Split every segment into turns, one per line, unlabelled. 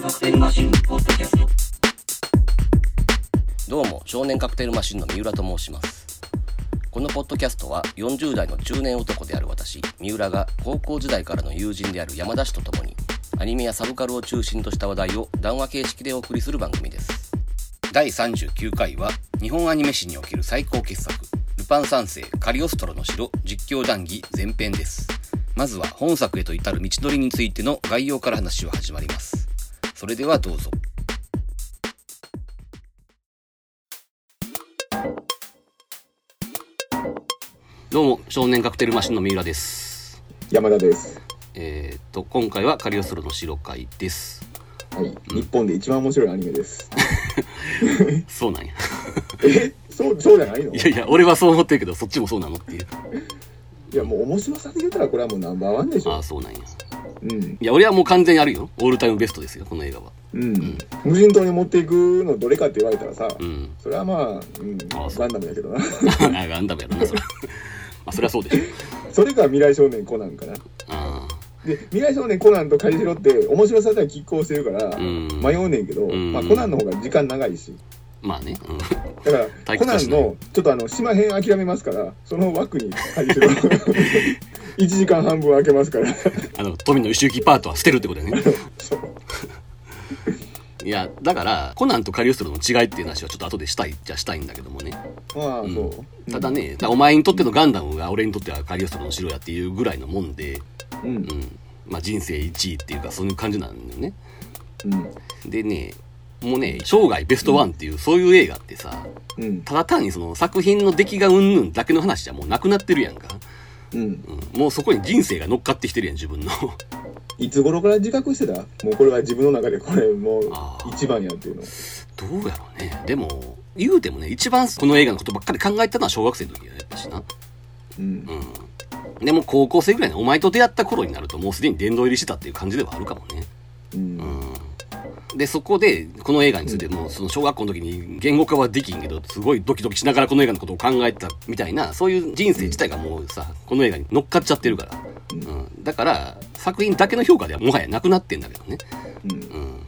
カクテルマシンポッドキャスト
どうも少年カクテルマシンの三浦と申しますこのポッドキャストは40代の中年男である私三浦が高校時代からの友人である山田氏と共にアニメやサブカルを中心とした話題を談話形式でお送りする番組です第39回は日本アニメ史における最高傑作「ルパン三世カリオストロの城」実況談義前編ですまずは本作へと至る道のりについての概要から話は始まりますそれではどうぞどうも少年カクテルマシンの三浦です
山田です。
えーっと今回はカリオストロの白会です
はい、日本で一番面白いアニ メです。
そうなんや
え、そう、そうじゃないの。
い
い
やいや俺はそう思ってるけどそっちもそうなのっていう
や、もう面白さで言ったら、これはもうナンバーワンでし
あ
ょ
あそうなんや
うん、
いや俺はもう完全にあるよオールタイムベストですよこの映画は
うん、無人島に持っていくのどれかって言われたらさ。
うん
それはまあ、うん、
あそう
ガンダムやけどな。
あガンダムやろなそれ まあそれはそうでしょ
それか未来少年コナンかな。
あ
で、未来少年コナンとカリシロって、面白さでは拮抗してるから。
あうん
迷うねんけど、
ん
まあ、コナンの方が時間長いし
まあね、うん、
だから、
退屈
コナ
だし
ン
ね
のちょっとあの島編諦めますからその枠に カリシロ1時間半分空けますから
あの富の一周期パートは捨てるってことだよねいやだからコナンとカリオストロの違いっていう話はちょっと後でしたいじゃしたいんだけどもね
まあ、そう、
ただね、お前にとってのガンダムが俺にとってはカリオストロの城やっていうぐらいのもんで、
うん、うん
うんまあ、人生1位っていうかそういう感じなんだよね
うん
でねもうね生涯ベストワンっていう、そういう映画ってさ
うん
ただ単にその作品の出来がうんぬんだけの話じゃもうなくなってるやんか、
うん
うん、もうそこに人生が乗っかってきてるやん自分の
いつ頃から自覚してたもうこれは自分の中でこれもう
あー
一番やっていうの
どうやろうねでも言うてもね一番この映画のことばっかり考えたのは小学生の時やったしな
うん
うんでも高校生ぐらいのお前と出会った頃になるともうすでに殿堂入りしてたっていう感じではあるかもね
うん
うんでそこでこの映画についてもうその小学校の時に言語化はできんけどすごいドキドキしながらこの映画のことを考えてたみたいなそういう人生自体がもうさこの映画に乗っかっちゃってるから、うん、だから作品だけの評価ではもはやなくなってんだけどね、
うん
うん、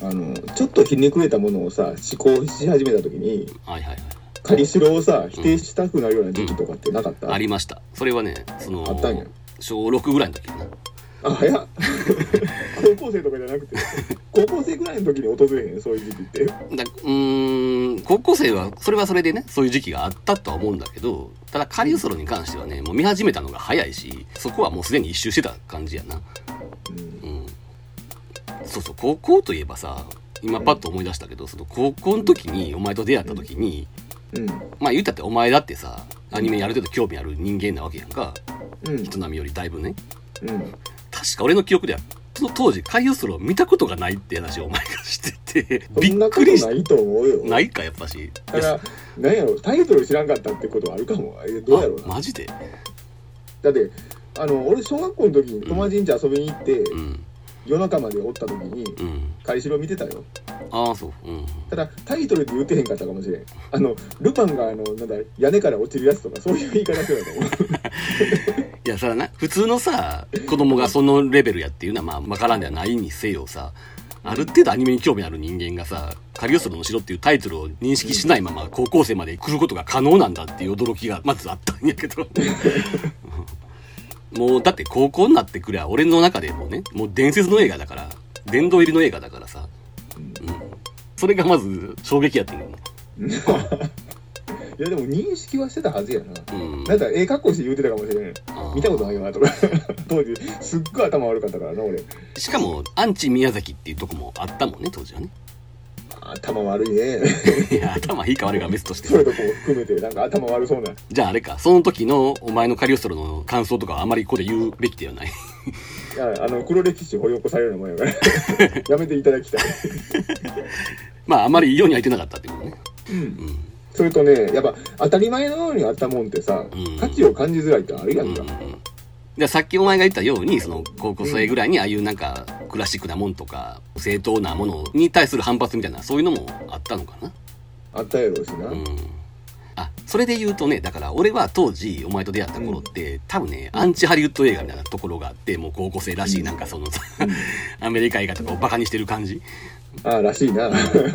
あのちょっとひねくれたものをさ思考し始めた時に
はいはいはい
カリシロをさ否定したくなるような時期とかってなかった、
ありましたそれはねそ
あ
の
ったんや
小6ぐらいの時かな
あ早っ高校生とかじゃなくて高校生ぐらいの時に訪れへんそういう時期って
だうーん高校生はそれはそれでねそういう時期があったとは思うんだけどただカリウソロに関してはねもう見始めたのが早いしそこはもうすでに一周してた感じやな
うん
うんそうそう高校といえばさ今パッと思い出したけどその高校の時にお前と出会った時に
うん
まあ言うたってお前だってさアニメにある程度興味ある人間なわけやんか
うん
人並みよりだいぶね
うん
確か俺の記憶ではその当時カリウソロを見たことがないって話をお前がしてて
そ
び
んな
っ
こ
く
と
りし
ないと思うよ
ないかやっぱし
だからなんやろタイトル知らんかったってことはあるかもえどうやろうな
あマジで
だってあの俺小学校の時に友達ん家遊びに行って、
うん
夜中までおった時に
うん
「カリシロ」見てたよ
ああそううん
ただタイトルで言ってへんかったかもしれんあのルパンがあのなんだ屋根から落ちるやつとかそういう言い方してたと思う
いやさな普通のさ子供がそのレベルやっていうのはまあ分からんではないにせよさある程度アニメに興味ある人間がさ「カリオストロの城」っていうタイトルを認識しないまま高校生まで来ることが可能なんだっていう驚きがまずあったんやけど もうだって高校になってくりゃ俺の中でもうねもう伝説の映画だから殿堂入りの映画だからさ、うん、それがまず衝撃やってんね
いやでも認識はしてたはずやな、
うん
なんかええ格好して言うてたかもしれん
あー
見たことないよなとか 当時すっごい頭悪かったからな俺
しかもアンチ宮崎っていうとこもあったもんね当時はね
頭悪いね
いや頭いいか悪いか別として
そういうとこも含めてなんか頭悪そうな
じゃああれか、その時のお前のカリオストロの感想とかはあまりここで言うべきではない。
いやあの黒歴史掘り起こされるようなもんやから やめていただきたい
まああまり世には言ってなかったってことね。
それとね、やっぱ当たり前のようにあったもんってさ、
ん
価値を感じづらいってあるやんか。
でさっきお前が言ったように、その高校生ぐらいにああいうなんかクラシックなもんとか、正当なものに対する反発みたいな、そういうのもあったのかな。
あったやろうしな。
うん。あ、それで言うとねだから俺は当時お前と出会った頃って、多分ねアンチハリウッド映画みたいなところがあってもう高校生らしい、
うん
なんかそのアメリカ映画とかをバカにしてる感じ
ああらしいな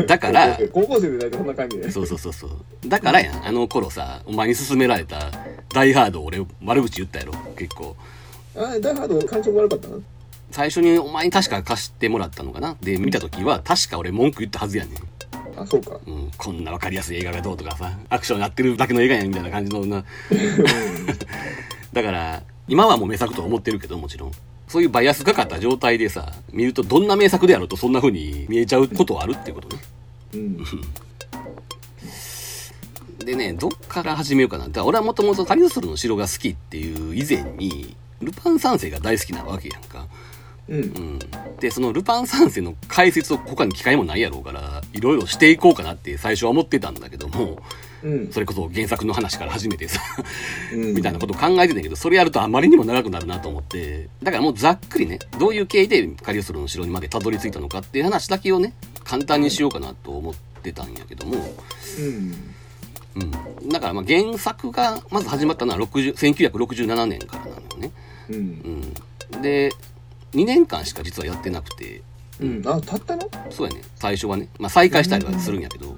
だから
高校生で大体こんな感じで
そうそうそうそうだからやんあの頃さお前に勧められた「ダイ・ハード」俺悪口言ったやろ結構
ああダイハード感触悪かったな
最初にお前に確か貸してもらったのかなで見た時は確か俺文句言ったはずやねん
あそうか
うん、こんな分かりやすい映画がどうとかさアクションやってるだけの映画やんみたいな感じのな だから今はもう名作とは思ってるけどもちろんそういうバイアスがかった状態でさ見るとどんな名作であろうとそんな風に見えちゃうことはあるっていうことね
うん
でねどっから始めようかなだから俺はもともと「カリオストロの城」が好きっていう以前にルパン三世が大好きなわけやんか
うん
うんでその「ルパン三世」の解説を他に機会もないやろうからいろいろしていこうかなって最初は思ってたんだけども
うん
それこそ原作の話から始めてさ
うん
みたいなことを考えてたけどそれやるとあまりにも長くなるなと思ってだからもうざっくりねどういう経緯でカリオストロの城にまでたどり着いたのかっていう話だけをね簡単にしようかなと思ってたんやけども、
うん
うん、だからまあ原作がまず始まったのは60 1967年からなのよね、
うん
うん、で2年間しか実はやってなくて
うんあたったの
そうやね最初はね、まあ、再開したりはするんやけど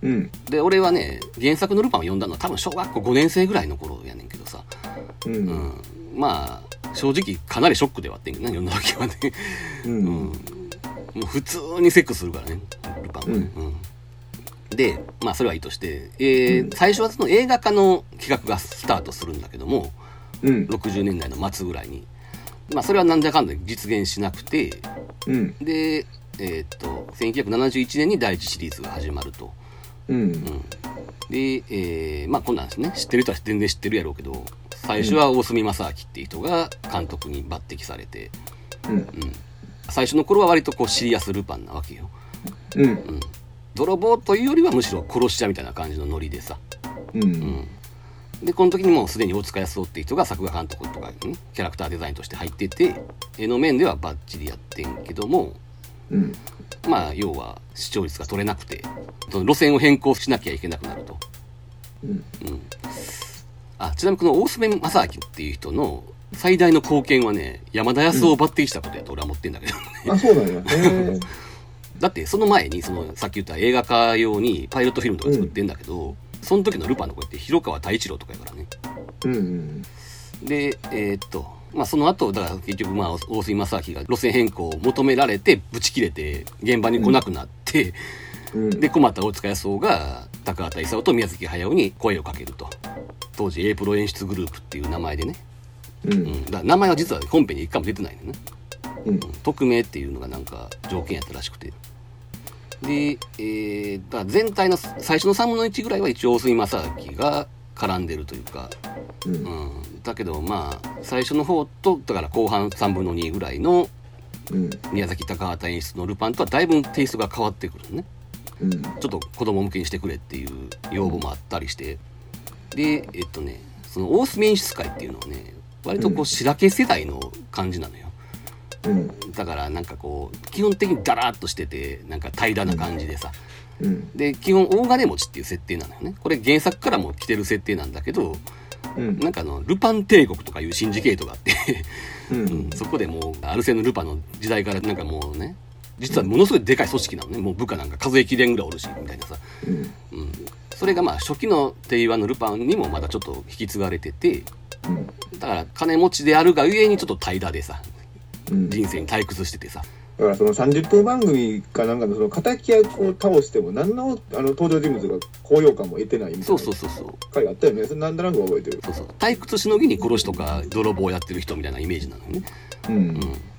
うん
で俺はね原作のルパンを読んだのは多分小学校5年生ぐらいの頃やねんけどさ
う
うんん、まあ正直かなりショックではあってんけどね世の中はね、
う
うん、
ん
もう普通にセックスするからねルパンはね、うんでまあそれはいいとして、えー
うん
最初はその映画化の企画がスタートするんだけども
うん
60年代の末ぐらいに、まあ、それはなんだかんだ実現しなくて
うん
でえーっと1971年に第一シリーズが始まると。
うん
で、えーまあこんなんですね知ってる人は全然知ってるやろうけど最初は大隅正明っていう人が監督に抜擢されて、
うん
うん、最初の頃は割とこうシリアスルパンなわけよ、
うん
うん、泥棒というよりはむしろ殺し屋みたいな感じのノリでさ、
う
うんん、でこの時にもうすでに大塚康夫っていう人が作画監督とかにねキャラクターデザインとして入ってて絵の面ではバッチリやってんけども
うん
まあ要は視聴率が取れなくてその路線を変更しなきゃいけなくなると。
うん
うん、あちなみにこの大隅正明っていう人の最大の貢献はね山田康夫を抜擢したことやと俺は思ってんだけど、
あそうなんやへえ
だってその前にそのさっき言った映画化用にパイロットフィルムとか作ってんだけど、その時のルパンの声って広川太一郎とかやからね
うん
でえーっとまあその後だから結局まあ大隅正明が路線変更を求められてブチ切れて現場に来なくなって、
うん
で困った大塚康夫が高畑勲と宮崎駿に声をかけると当時 A プロ演出グループっていう名前でね
う
うんん、だから名前は実は本編に一回も出てないのね、
うん
うん匿名っていうのがなんか条件やったらしくてで、えーだから全体の最初の3分の1ぐらいは一応大杉正明が絡んでるというか、
う
うんん、だけどまあ最初の方とだから後半3分の2ぐらいの
うん
宮崎高畑演出の「ルパン」とはだいぶテイストが変わってくるのね
うん
ちょっと子供向けにしてくれっていう要望もあったりしてでえっとねその大隅演出会っていうのはね割とこ
う
うん白け世代の感じなのよ
うん
だからなんかこう基本的にダラーっとしててなんか平らな感じでさ
うん
で基本大金持ちっていう設定なのよねこれ原作からも来てる設定なんだけど
うん
なんかあのルパン帝国とかいうシンジケートがあって、
う
うんんそこでもうアルセーヌ・ルパンの時代からなんかもうね実はものすごいでかい組織なのねもう部下なんか数えきれんぐらいおるしみたいなさ
うん
うん、それがまあ初期の定番のルパンにもまだちょっと引き継がれててだから金持ちであるがゆえにちょっと平らでさ
うん
人生に退屈しててさ
だからその30分番組かなんかのその敵役を倒しても何のあの登場人物が高揚感も得てないみた
そ
いうな
そうそうそう
回あったよねそれなんとなく覚えてる
そうそう退屈しのぎに殺しとか泥棒やってる人みたいなイメージなのよね、
うん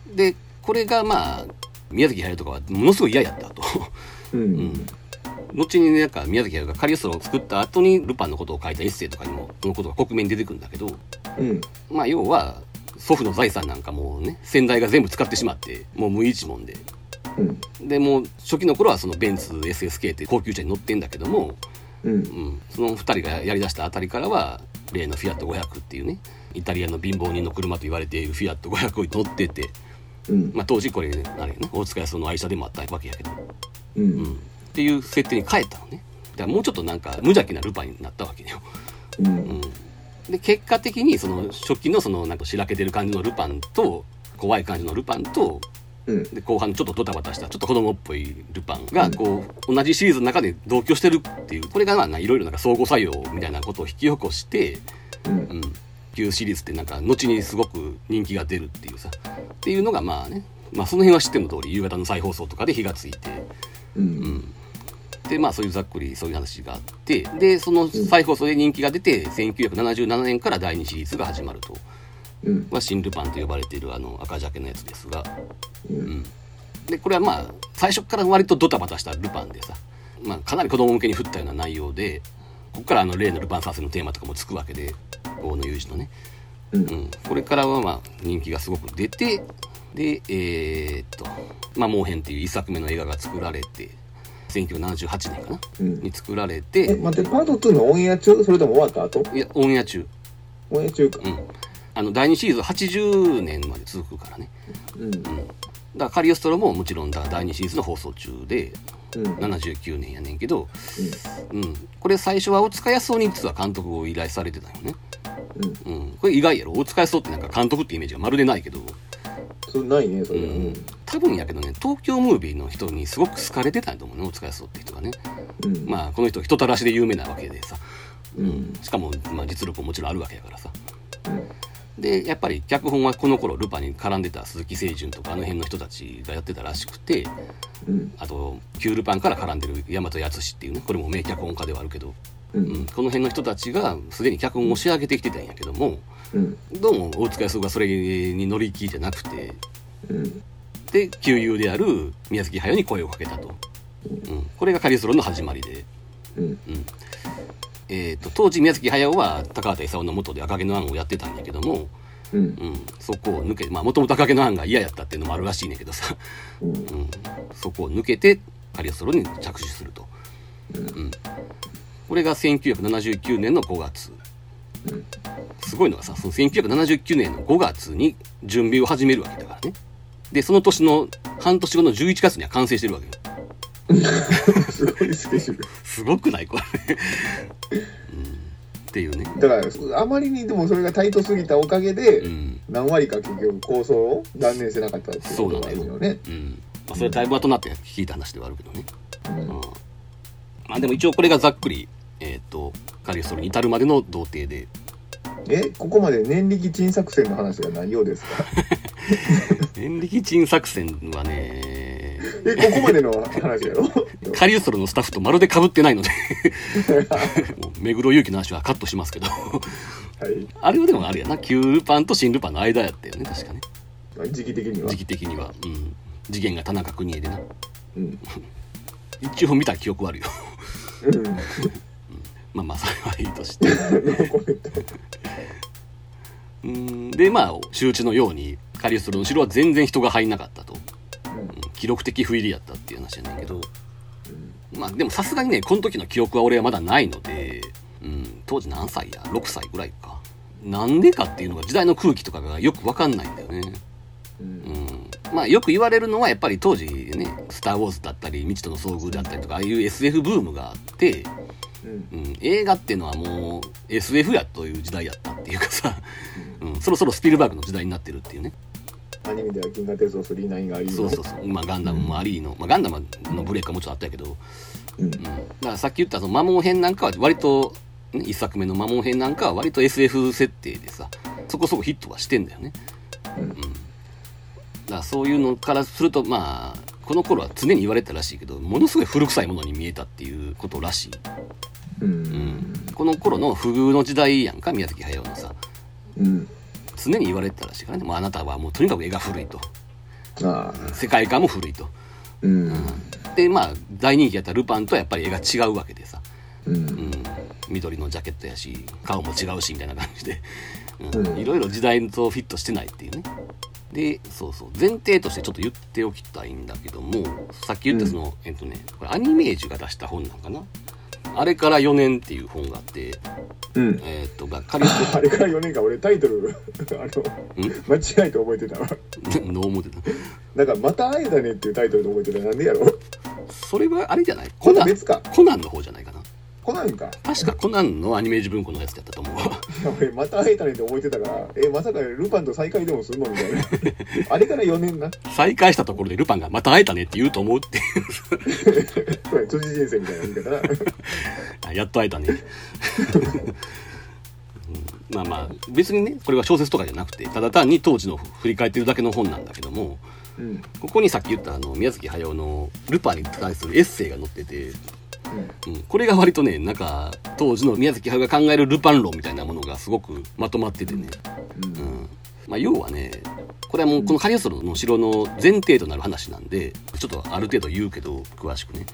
うん、でこれがまあ宮崎駿とかはものすごい嫌やったと
う
うんん後にねなんか宮崎駿がカリオストロを作った後にルパンのことを書いたエッセイとかにもそのことが克明に出てくるんだけど
うん
まあ要は祖父の財産なんかもうね先代が全部使ってしまってもう無一文で
うん
でもう初期の頃はそのベンツ SSK って高級車に乗ってんだけども、
うん
うん、その2人がやりだしたあたりからは例のフィアット500っていうねイタリアの貧乏人の車と言われているフィアット500を乗ってて、
うん
まあ、当時これあれよね大塚康夫の愛車でもあったわけやけど、
う
うん、
ん
っていう設定に変えたのね。からもうちょっとなんか無邪気なルパンになったわけよ。
う
うんん、で結果的にその初期のそのなんかしらけてる感じのルパンと怖い感じのルパンと
うん
で後半ちょっとドタバタしたちょっと子供っぽいルパンがこう同じシリーズの中で同居してるっていうこれがまあいろいろなんか相互作用みたいなことを引き起こして、
うん
うん、旧シリーズってなんか後にすごく人気が出るっていうさっていうのがまあね、まあ、その辺は知っての通り夕方の再放送とかで火がついて。
う
うんん、でまあそういうざっくりそういう話があってでその再放送で人気が出て1977年から第2シリーズが始まると、
うん
まあ、新ルパンと呼ばれているあの赤ジャケのやつですが、
う
うんん、でこれはまあ最初から割とドタバタしたルパンでさ、まあ、かなり子供向けに振ったような内容でここからあの例のルパン三世のテーマとかもつくわけで大野裕二のね、
う
うんん、これからはまあ人気がすごく出てでえーっと「まあ、モーヘン」っていう一作目の映画が作られて1978年かな
うん
に作られ
え
て
待ってパート2のオンエア中それとも終わった後
いやオンエア中、
オンエア中か
うん、あの第2シリーズ80年まで続くからね、
うん
うん、だからカリオストロももちろんだ第2シリーズの放送中で
うん
79年やねんけど、うん、これ最初は大塚康夫に実は監督を依頼されてたよね、
うん
うん、これ意外やろ大塚康夫ってなんか監督ってイメージがまるでないけど
そうないねそれは
うん多分やけどね東京ムービーの人にすごく好かれてたんやと思うね大塚康夫って人がね
うん
まあこの人人たらしで有名なわけでさ、
うん
しかも、まあ、実力ももちろんあるわけやからさ
うん
でやっぱり脚本はこの頃ルパンに絡んでた鈴木清純とかあの辺の人たちがやってたらしくて
うん
あと旧ルパンから絡んでる大和淳っていうねこれも名脚本家ではあるけど、
う
うんんこの辺の人たちがすでに脚本を押し上げてきてたんやけども
うん
どうも大塚康夫がそれに乗り気じゃなくて
うん
で旧友である宮崎駿に声をかけたと、うん、これがカリスロの始まりで、
うん
うんえー、と当時宮崎駿は高畑勲の元で赤毛のアンをやってたんやけども、
うん
うん、そこを抜けまあもともと赤毛のアンが嫌やったっていうのもあるらしいねんけどさ、
うん
うん、そこを抜けてカリオストロに着手すると、うん、これが1979年の5月
うん
すごいのがさその1979年の5月に準備を始めるわけだからねでその年の半年後の11月には完成してるわけよ
すごいスケジュール
すごくないこれ、うん、っていうね
だからあまりにでもそれがタイトすぎたおかげで、
うん、
何割か結局構想を断念してなかったっていうことなんですよね。
うんまあ、それだいぶ後になって聞いた話ではあるけどね、
うん
うんまあでも一応これがざっくり、えー、とカリオストロに至るまでの童貞で
えここまで年力珍作戦の話がないようですか
電力賃作戦はね
えここまでの話や ろ
カリウストロのスタッフとまるで被ってないのでもう目黒勇気の話はカットしますけど
はい
あれはでもあるやな旧ルパンと新ルパンの間やったよね確かね
まあ時期的には
時、期的にはうん次元が田中邦衛でな
うん
一応見た記憶はあるよ
うん、ノ
まあまあそれはいいとして
ーコメント
うんでまあ周知のようにカリウストロの城は全然人が入んなかったと、うん記録的不入りやったっていう話やねんけどまあでもさすがにねこの時の記憶は俺はまだないので、うん、当時何歳や6歳ぐらいかなんでかっていうのが時代の空気とかがよく分かんないんだよね、
うん
うん、まあよく言われるのはやっぱり当時ね「スター・ウォーズ」だったり「未知との遭遇」だったりとかああいう SF ブームがあって、
うん
うん、映画っていうのはもう SF やという時代やったっていうかさ、うん、そろそろスピルバーグの時代になってるっていうね
アニメでは「銀河鉄道999」がいいの
そうそうそう、まあ、ガンダムもありの、まあ、ガンダムのブレークはもちろんあったけど、
うん
だからさっき言ったその魔問編なんかは割と、ね、一作目の魔問編なんかは割と SF 設定でさそこそこヒットはしてんだよね、
うん
だからそういうのからするとまあこの頃は常に言われてたらしいけどものすごい古臭いものに見えたっていうことらしい、
う
うんん、この頃の不遇の時代やんか宮崎駿のさ
うん
常に言われてたらしいからね、もうあなたはもうとにかく絵が古いと
ああ
世界観も古いと
うん
でまあ大人気やったルパンとはやっぱり絵が違うわけでさ、
う
うんん、緑のジャケットやし顔も違うしみたいな感じで、
う
うんん、いろいろ時代とフィットしてないっていうねでそうそう前提としてちょっと言っておきたいんだけどもさっき言ったその、えっとねこれアニメージュが出した本なんかなあれから4年っていう本があって、
うん
えっとがカリス
あれから4年間俺タイトル あ
ん
の間違えて覚えてたわ
トノーモデル
なんか「また会えたね」っていうタイトルで覚えてたなんでやろ
それはあれじゃない
こ
コ
んな
ナ
ん
ン
別か
コナンの方じゃないかな
コナンか。
確かコナンのアニメージ文庫のやつだったと思う
いや俺また会えたねって思ってたから、え、まさかルパンと再会でもするのみた いな。あれから4年な。
再会したところでルパンがまた会えたねって言うと思うっていう
これ、辻人生みたいな言い方な。
あ やっと会えたね、うんまあまあ別にねこれは小説とかじゃなくてただ単に当時の振り返ってるだけの本なんだけども
うん。うん。
ここにさっき言ったあの宮崎駿の「ルパン」に対するエッセイが載ってて、うん、これが割とねなんか当時の宮崎駿が考えるルパン論みたいなものがすごくまとまっててね、
うん
うんまあ、要はねこれはもうこのカリオストロの城の前提となる話なんでちょっとある程度言うけど詳しくね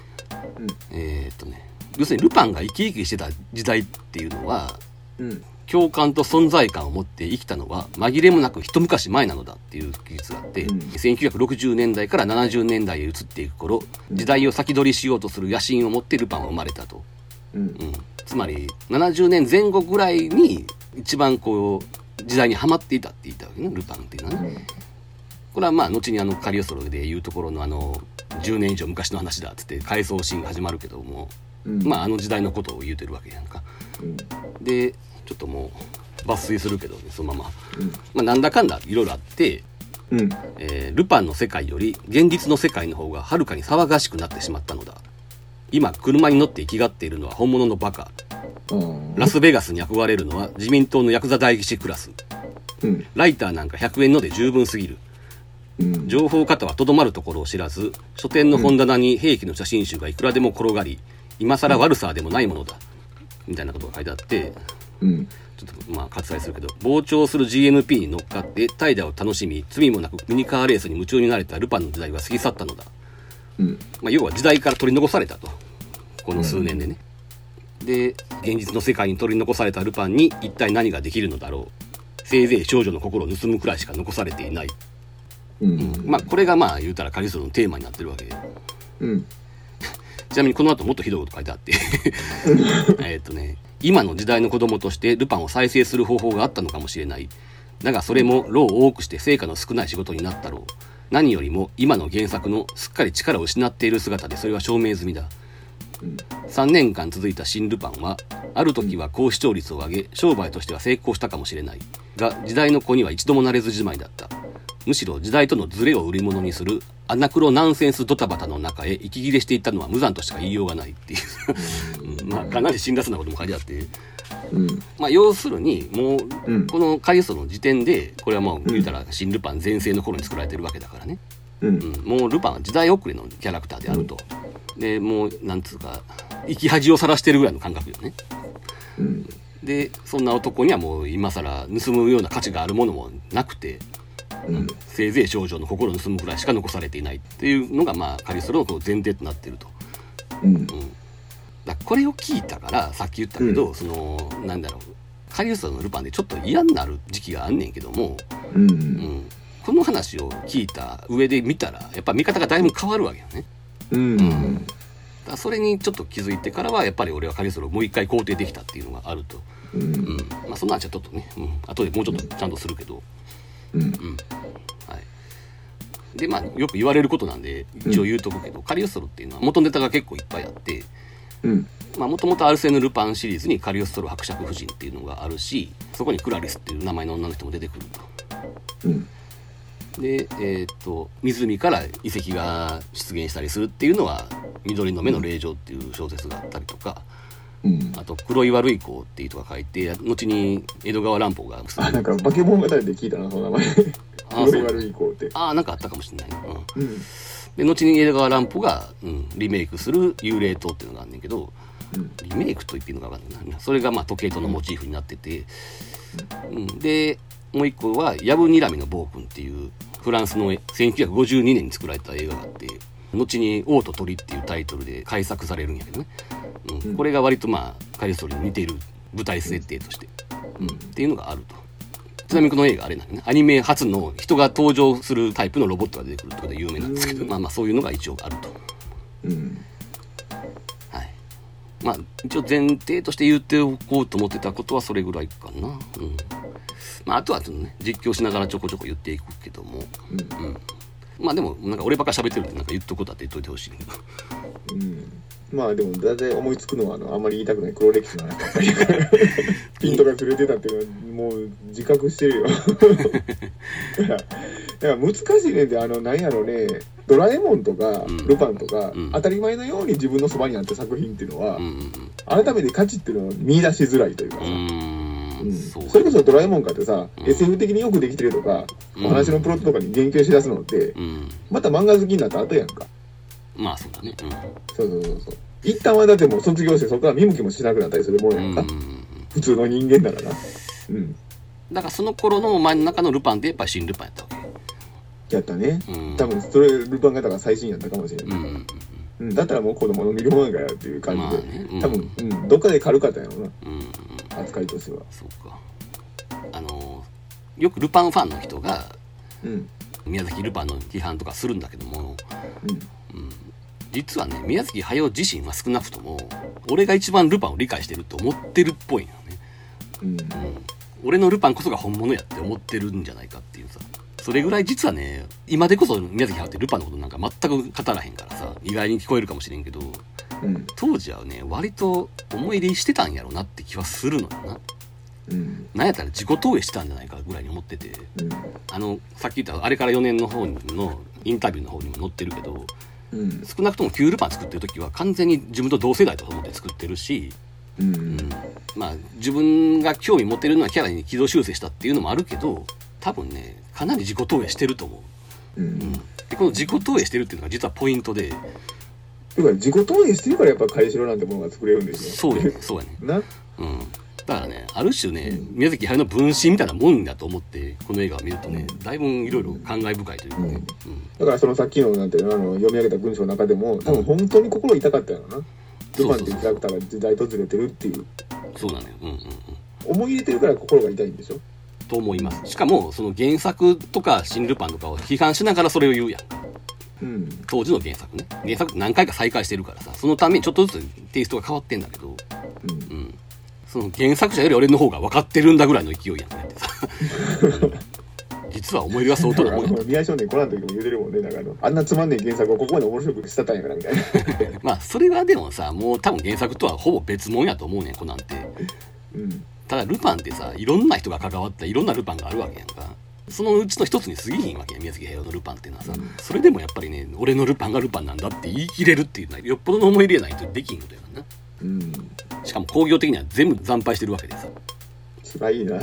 えーっとね要するにルパンが生き生きしてた時代っていうのは
うん。うん。
共感と存在感を持って生きたのは紛れもなく一昔前なのだっていう記述があって、
うん
1960年代から70年代へ移っていく頃時代を先取りしようとする野心を持ってルパンは生まれたと、
うん
う。ん、つまり70年前後ぐらいに一番こう時代にはまっていたって言ったわけねルパンっていうのはね。これはまあ後にあのカリオストロでいうところのあの10年以上昔の話だっつって回想シーンが始まるけども、
うん。
ま
あ。
ああの時代のことを言うてるわけやんか
うん。
でちょっともう抜粋するけどねそのまま、
うん
まあ、なんだかんだいろいろあって、
うん。
えールパンの世界より現実の世界の方がはるかに騒がしくなってしまったのだ今車に乗って生きがっているのは本物のバカ
うん
ラスベガスに憧れるのは自民党のヤクザ代議士クラス
うん。
ライターなんか100円ので十分すぎる
うん。
情報過多はとどまるところを知らず書店の本棚に兵器の写真集がいくらでも転がり、今更悪さでもないものだみたいなことが書いてあって
うん。
ちょっとまあ割愛するけど膨張する GNP に乗っかって怠惰を楽しみ罪もなくミニカーレースに夢中になれたルパンの時代は過ぎ去ったのだ、
うん。
まあ、要は時代から取り残されたとこの数年でね、で現実の世界に取り残されたルパンに一体何ができるのだろうせいぜい少女の心を盗むくらいしか残されていない、
うん。
まあこれがまあ言うたらカリストロのテーマになってるわけで
うん。
ちなみにこの後もっとひどいこと書いてあってえっとね今の時代の子供としてルパンを再生する方法があったのかもしれないだがそれも労を多くして成果の少ない仕事になったろう何よりも今の原作のすっかり力を失っている姿でそれは証明済みだ
うん
3年間続いた新ルパンはある時は高視聴率を上げ商売としては成功したかもしれないが時代の子には一度もなれずじまいだったむしろ時代とのズレを売り物にするアナクロナンセンスドタバタの中へ息切れしていったのは無残としか言いようがないっていう、うん まあかなり辛辣なことも書いてあって
うん。
まあ要するにも
う
うんこのカリウストの時点でこれはもう言うたら新ルパン全盛の頃に作られてるわけだからね、
うん。
うん、もうルパンは時代遅れのキャラクターであると、でもうなんつうか生き恥をさらしてるぐらいの感覚よね
うん。
でそんな男にはもう今更盗むような価値があるものもなくて
うん。
せいぜい少女の心を盗むぐらいしか残されていないっていうのが、まあ、カリストロのこう前提となっていると。
うん。
だからこれを聞いたからさっき言ったけど、そのなんだろうカリウストロのルパンでちょっと嫌になる時期があんねんけども、
う。
うんん、この話を聞いた上で見たらやっぱ見方がだいぶ変わるわけよね。
うん。
だからそれにちょっと気づいてからはやっぱり俺はカリストロをもう一回肯定できたっていうのがあると、
うん
うんまあ、そんなんじゃちょっとね、うん、後でもうちょっとちゃんとするけど、
うん。
はい、でまあよく言われることなんで一応言うとくけど、カリオストロっていうのは元ネタが結構いっぱいあって
うん。
もともとアルセーヌ・ルパンシリーズにカリオストロ伯爵夫人っていうのがあるしそこにクラリスっていう名前の女の人も出てくる
うん。
と。でえーっと湖から遺跡が出現したりするっていうのは「緑の目の霊場」っていう小説があったりとか。
うん。
あと「黒い悪い子」っていう人が書いて後に江戸川乱歩が
あ、なんか、化け物語で聞いたな、その名前。
あ
黒い
そう
悪い子って。
ああなんかあったかもしれないな、うん、
うん。
で後に江戸川乱歩が、うん、リメイクする「幽霊島」っていうのがあんねんけど
うん。
リメイクと言っていいのか分かんないなそれがまあ時計塔のモチーフになってて、うん、でもう一個は「やぶにらみの暴君」っていうフランスの1952年に作られた映画があって後に「王と鳥」っていうタイトルで改作されるんやけどね、うん
うん
これが割とまあカリストリに似ている舞台設定として、うん、っていうのがあると。ちなみにこの映画あれなんだねアニメ初の人が登場するタイプのロボットが出てくるってことで有名なんですけど、
うん
まあまあそういうのが一応あると。
うん。
はい、まあ一応前提として言っておこうと思ってたことはそれぐらいかな、うんまあ、あとはその、ね、実況しながらちょこちょこ言っていくけども、
うん
うんまあでもなんか俺ばっか喋ってるってなんか言っとくことあって言っといてほしいね
うんまあでも大体思いつくのはあのあんまり言いたくない黒歴史の話だったりとか ピントがずれてたっていうのはもう自覚してるよ だからだから難しいねんであのなんやろねドラえもんとか、
うん
ルパンとか、
うん
当たり前のように自分のそばにあった作品っていうのは、
うん
改めて価値っていうのを見出しづらいというか
う
さ、
んう
う
ー
ん
ん
そ
そう
れこそドラえもんかってさ、
うん
SF 的によくできてるとか、
うん
お話のプロットとかに言及しだすのって
うん
また漫画好きになった後やんか
まあそうだね
そうそうそうそう一旦はだってもう卒業してそこから見向きもしなくなったりするもん
う
や
ん
ん
う
か、
んうん
普通の人間ならなうん
だからその頃の真ん中のルパンってやっぱ新ルパンやったわ
やったね
けうん
多分それルパン型が最新やったかもしれ
う
ない、
んうん
うんだったらもう子供の見る漫画やっていう感
まあ
じで、
ねうん
多分、うん、どっかで軽かったんやろう
うんうん
な扱いとしては
そうかあのよくルパンファンの人が
うん
宮崎ルパンの批判とかするんだけども
うん
実はね宮崎駿自身は少なくとも俺が一番ルパンを理解してると思ってるっぽいのよね、
うん
うん、俺のルパンこそが本物やって思ってるんじゃないかっていうさそれぐらい実はね今でこそ宮崎駿ってルパンのことなんか全く語らへんからさ意外に聞こえるかもしれんけど
うん
当時はね割と思い入れしてたんやろうなって気はするのよな
うん
なんやったら自己投影してたんじゃないかぐらいに思ってて
うん
あのさっき言ったあれから4年の方のインタビューの方にも載ってるけど
うん
少なくともキュールパン作ってる時は完全に自分と同世代と思って作ってるし、
うん
まあ自分が興味持てるのはキャラに軌道修正したっていうのもあるけど多分ねかなり自己投影してると思
う
う、
ん
でこの自己投影してるっていうのが実はポイントで
だから自己投影してるからやっぱ返しろなんてものが作れるんですよ
そうやねそうやね
な
うんだからねある種ね宮崎駿の分身みたいなもんだと思ってこの映画を見るとねだいぶいろいろ感慨深いというかね、うん
だからそのさっきのなんていうのあの読み上げた文章の中でも多分本当に心痛かったよなルパンっていうキャラクターが時代とずれてるっていう
そうだねうんうんうん
思い入れてるから心が痛いんでしょ
と思いますしかもその原作とか「新ルパン」とかを批判しながらそれを言うやん
うん
当時の原作ね原作何回か再開してるからさそのためにちょっとずつテイストが変わってんだけど、
うん
うん、その原作者より俺の方が分かってるんだぐらいの勢いやんだってさ 実は思い入れが相当な
あ
もんや
の宮少年コナンの時も言うてるもんねなんかあのあんなつまんねえ原作をここまで面白くしたったんやからみた いな
まあそれはでもさもう多分原作とはほぼ別物やと思うねんコナンって
うん
ただルパンってさいろんな人が関わったいろんなルパンがあるわけやんかそのうちの一つに過ぎひんわけや宮崎駿のルパンっていうのはさそれでもやっぱりね俺のルパンがルパンなんだって言い切れるっていうのはよっぽどの思い入れないとできんことやからな
うん
しかも工業的には全部惨敗してるわけでさ
つらいな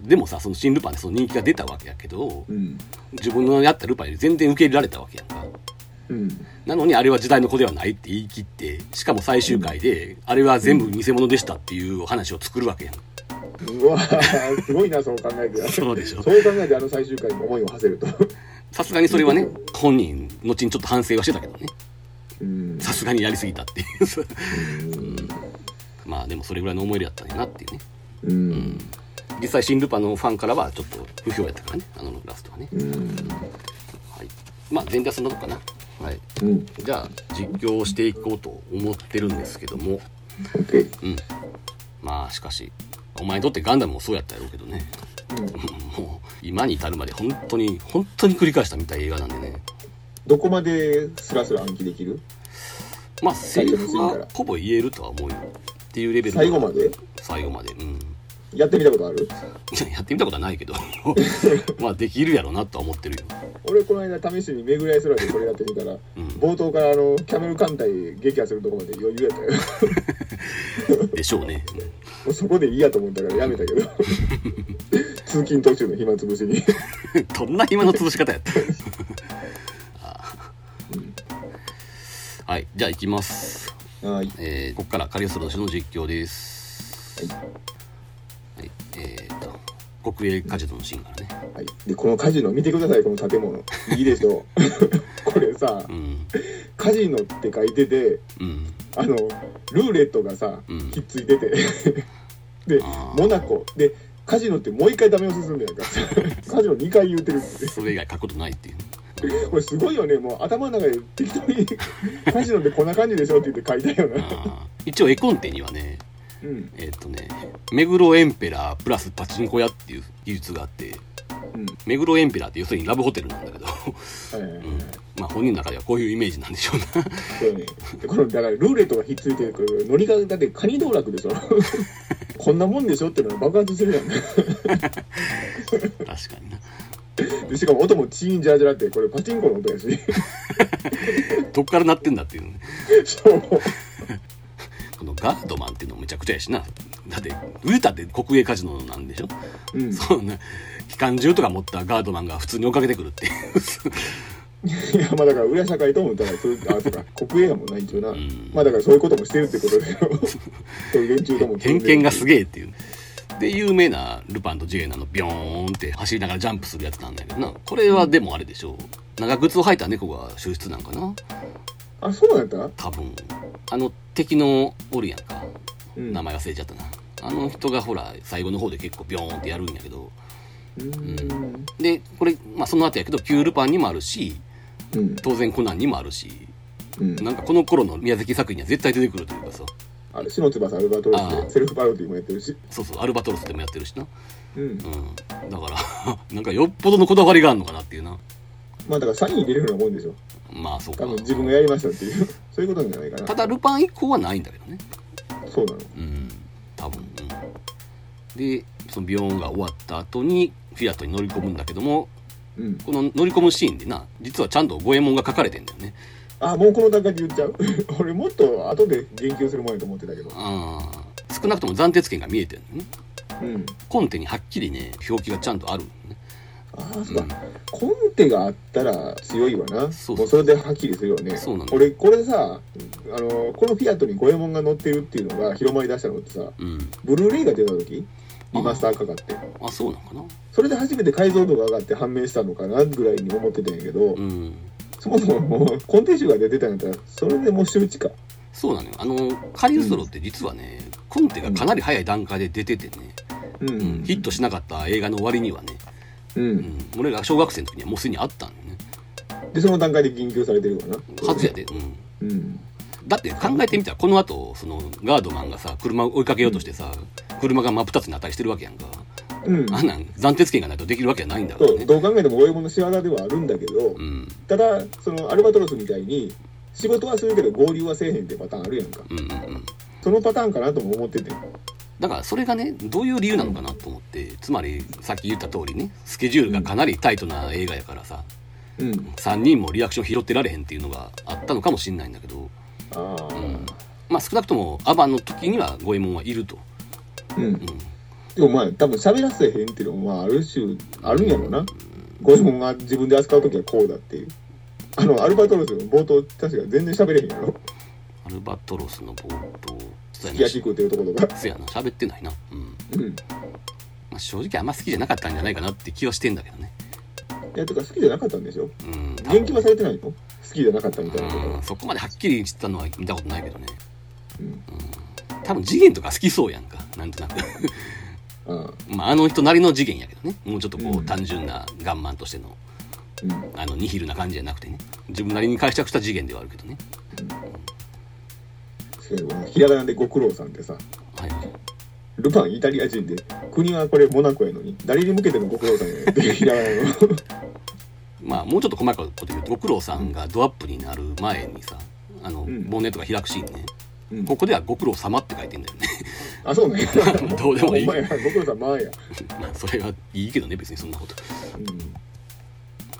でもさその新ルパンでその人気が出たわけやけど
うん
自分のやったルパンより全然受け入れられたわけやんか
うん
なのにあれは時代の子ではないって言い切ってしかも最終回であれは全部偽物でしたっていうお話を作るわけやん
うわーすごいなそう考えて
そうでしょ
そう考えてあの最終回に思いを馳せると
さすがにそれはね本人後にちょっと反省はしてたけどね
うん
さすがにやりすぎたっていうそうまあでもそれぐらいの思い出だったんやなっていうね
うん
実際新ルパンのファンからはちょっと不評やったからねあのラストはね、はい、まあ全体はそんなとこかなはい
うん
じゃあ実況をしていこうと思ってるんですけども
OK
まあしかしお前にとってガンダムもそうやったやろうけどね、 もう今に至るまで本当に本当に繰り返したみたいな映画なんでね
どこまでスラスラ暗記できる
まあセリフはほぼ言えるとは思うよっていうレベルの
最後まで
最後までうん
やってみたことある
いや やってみたことはないけどまあできるやろなとは思ってるよ
俺この間試しに巡り合い空でこれやってみたら、
ん
冒頭からあのキャメル艦隊撃破するとこまで余裕やったよ
でしょうね
もうそこでいいやと思ったからやめた けど通勤途中の暇つぶしに
うん どんな暇の潰し方やった あーはいじゃあ行きます、
はい
えーここからカリオストロ氏の実況です
は
はい、えーと国営カジノのシーンからね
はいでこのカジノ見てくださいこの建物いいでし ょうこれさ
うん
カジノって書いてて
うん
あのルーレットがさ、
うん
ひっついて てで
あー
モナコでカジノってもう一回ダメ押しするん だよカジノ2回言うてるって
それ以外書くことないっていう
これすごいよね もう頭の中で適当にカジノってこんな感じでしょって言って書いたよな
あー一応絵コンテにはね
うん
えっ、とね目黒エンペラープラスパチンコ屋っていう技術があって
うん
目黒エンペラーって要するにラブホテルなんだけど、
はいはいはい
うんまあ本人の中ではこういうイメージなんでしょうな
そうよねでこのだからルーレットがひっついてるからノリがだってカニ道楽でしょ こんなもんでしょってのが爆発してるやん
確かにな
でしかも音もチーンジャージャラってこれパチンコの音やし
どっから鳴ってんだっていうね
そう
このガードマンっていうのもめちゃくちゃやしなだって売れたって国営カジノなんでしょ、
うん
そうね機関銃とか持ったガードマンが普通に追っかけてくるっていう
いやまあだから裏社会ともだからそういうあそうか国営やもんないんちゅうな、
ん
まあだからそういうこともしてるってこ とだよそういう連中とも
偏見がす
え
げえっていうで有名なルパンとジェーナのビョーンって走りながらジャンプするやつなんだけどなこれはでもあれでしょう長靴を履いた猫が手出なんかな
あそうなんだった
多分あの敵のおるやんか
うん
名前忘れちゃったなあの人がほら最後の方で結構ビョーンってやるんやけど
うん
でこれ、まあ、その後やけどキュールパンにもあるし
うん
当然コナンにもあるし
うん
なんかこの頃の宮崎作品には絶対出てくるというかさ
あれ「死の翼アルバトロス」
あー
でセルフパロディもやってるし
そうそうアルバトロスでもやってるしな、
うん
うん、だから なんかよっぽどのこだわりがあるのかなっていうな
まあだからサイン入れるようなもんでしょ
まあそうか
多分自分がやりましたっていう そういうことなんじゃないかな
ただルパン以降はないんだけどね
そうなの
うん多分、うん、でそのビヨーンが終わった後にフィアットに乗り込むんだけども
うん
この乗り込むシーンでな実はちゃんと五右衛門が書かれてんだよね
あもうこの段階で言っちゃう 俺もっと後で言及するもんやと思ってたけど
ああ少なくとも斬鉄剣が見えてるのね
うん
コンテにはっきりね表記がちゃんとあるのね
ああそうか、コンテがあったら強いわ
そ
な
うそう
もうそれではっきりするよね
そうなの
俺これさあのこのフィアットに五右衛門が乗ってるっていうのが広まり出したのってさ
うん
ブルーレイが出た時リマスターかかって
あそうなのかな
それで初めて解像度が上がって判明したのかなぐらいに思ってたんやけど、
うん
そもそももうコンテンツが出てたんやったらそれでもう周知か
そうなのよあのカリウスロって実はね、コンテがかなり早い段階で出ててね、
うん、
うんヒットしなかった映画の終わりにはね、
う、
うんん、俺が小学生の時にはもうすでにあったんだよね
でその段階で言及されてるわな
はずやで、うん、
うん
だって考えてみたらこの後そのガードマンがさ車を追いかけようとしてさ、車が真っ二つになったりしてるわけやんか、
うん
あんなん斬鉄剣がないとできるわけがないんだか
そ
ら
う
ね
どう考えても五右衛門の仕業ではあるんだけど、
うん
ただそのアルバトロスみたいに仕事はするけど合流はせえへんってパターンあるやんか
うんうんうん
そのパターンかなとも思ってて
だからそれがねどういう理由なのかなと思ってつまりさっき言った通りねスケジュールがかなりタイトな映画やからさ
うん
3人もリアクション拾ってられへんっていうのがあったのかもしれないんだけど、
あ
うん、まあ少なくともアバンの時には五右衛門はいると、
あうん
うん、
でもまあ多分喋らせへんっていうのもまあある種あるんやろな五右衛門が自分で扱う時はこうだっていうあのアルバトロスの冒頭確か全然喋れへんやろ
アルバトロスの冒頭そう
すき
やな
焼き食うてるとことか
そうやな喋ってないなうん
うん
まあ、正直あんま好きじゃなかったんじゃないかなって気はしてんだけどね。
いやとか好きじゃなかったんでしょ
うん。多分
言及はされてないの好きじゃなかったみたいなこと
うん、そこまではっきり言ってたのは見たことないけどね。
うん
多分次元とか好きそうやんか。なんとなく。
ああ
まあ、あの人なりの次元やけどね。もうちょっとこ
う
うん単純なガンマンとしての、
うん
あの、ニヒルな感じじゃなくてね。自分なりに解釈した次元ではあるけどね。
しかもひらがなでご苦労さんってさ
はい。
ルパンイタリア人で国はこれモナコやのに誰に向けてもご苦労さんやねっていうひらがなの
まあ、もうちょっと細かいこと言うと、ご苦労さんがドアップになる前にさ、あの、
ん
ボンネットが開くシーンね。
うん
ここではご苦労様って書いてんだよね。
あそうね
どうでもいい
お前らご苦労さんまあや
まあ、それはいいけどね、別にそんなこと。
うん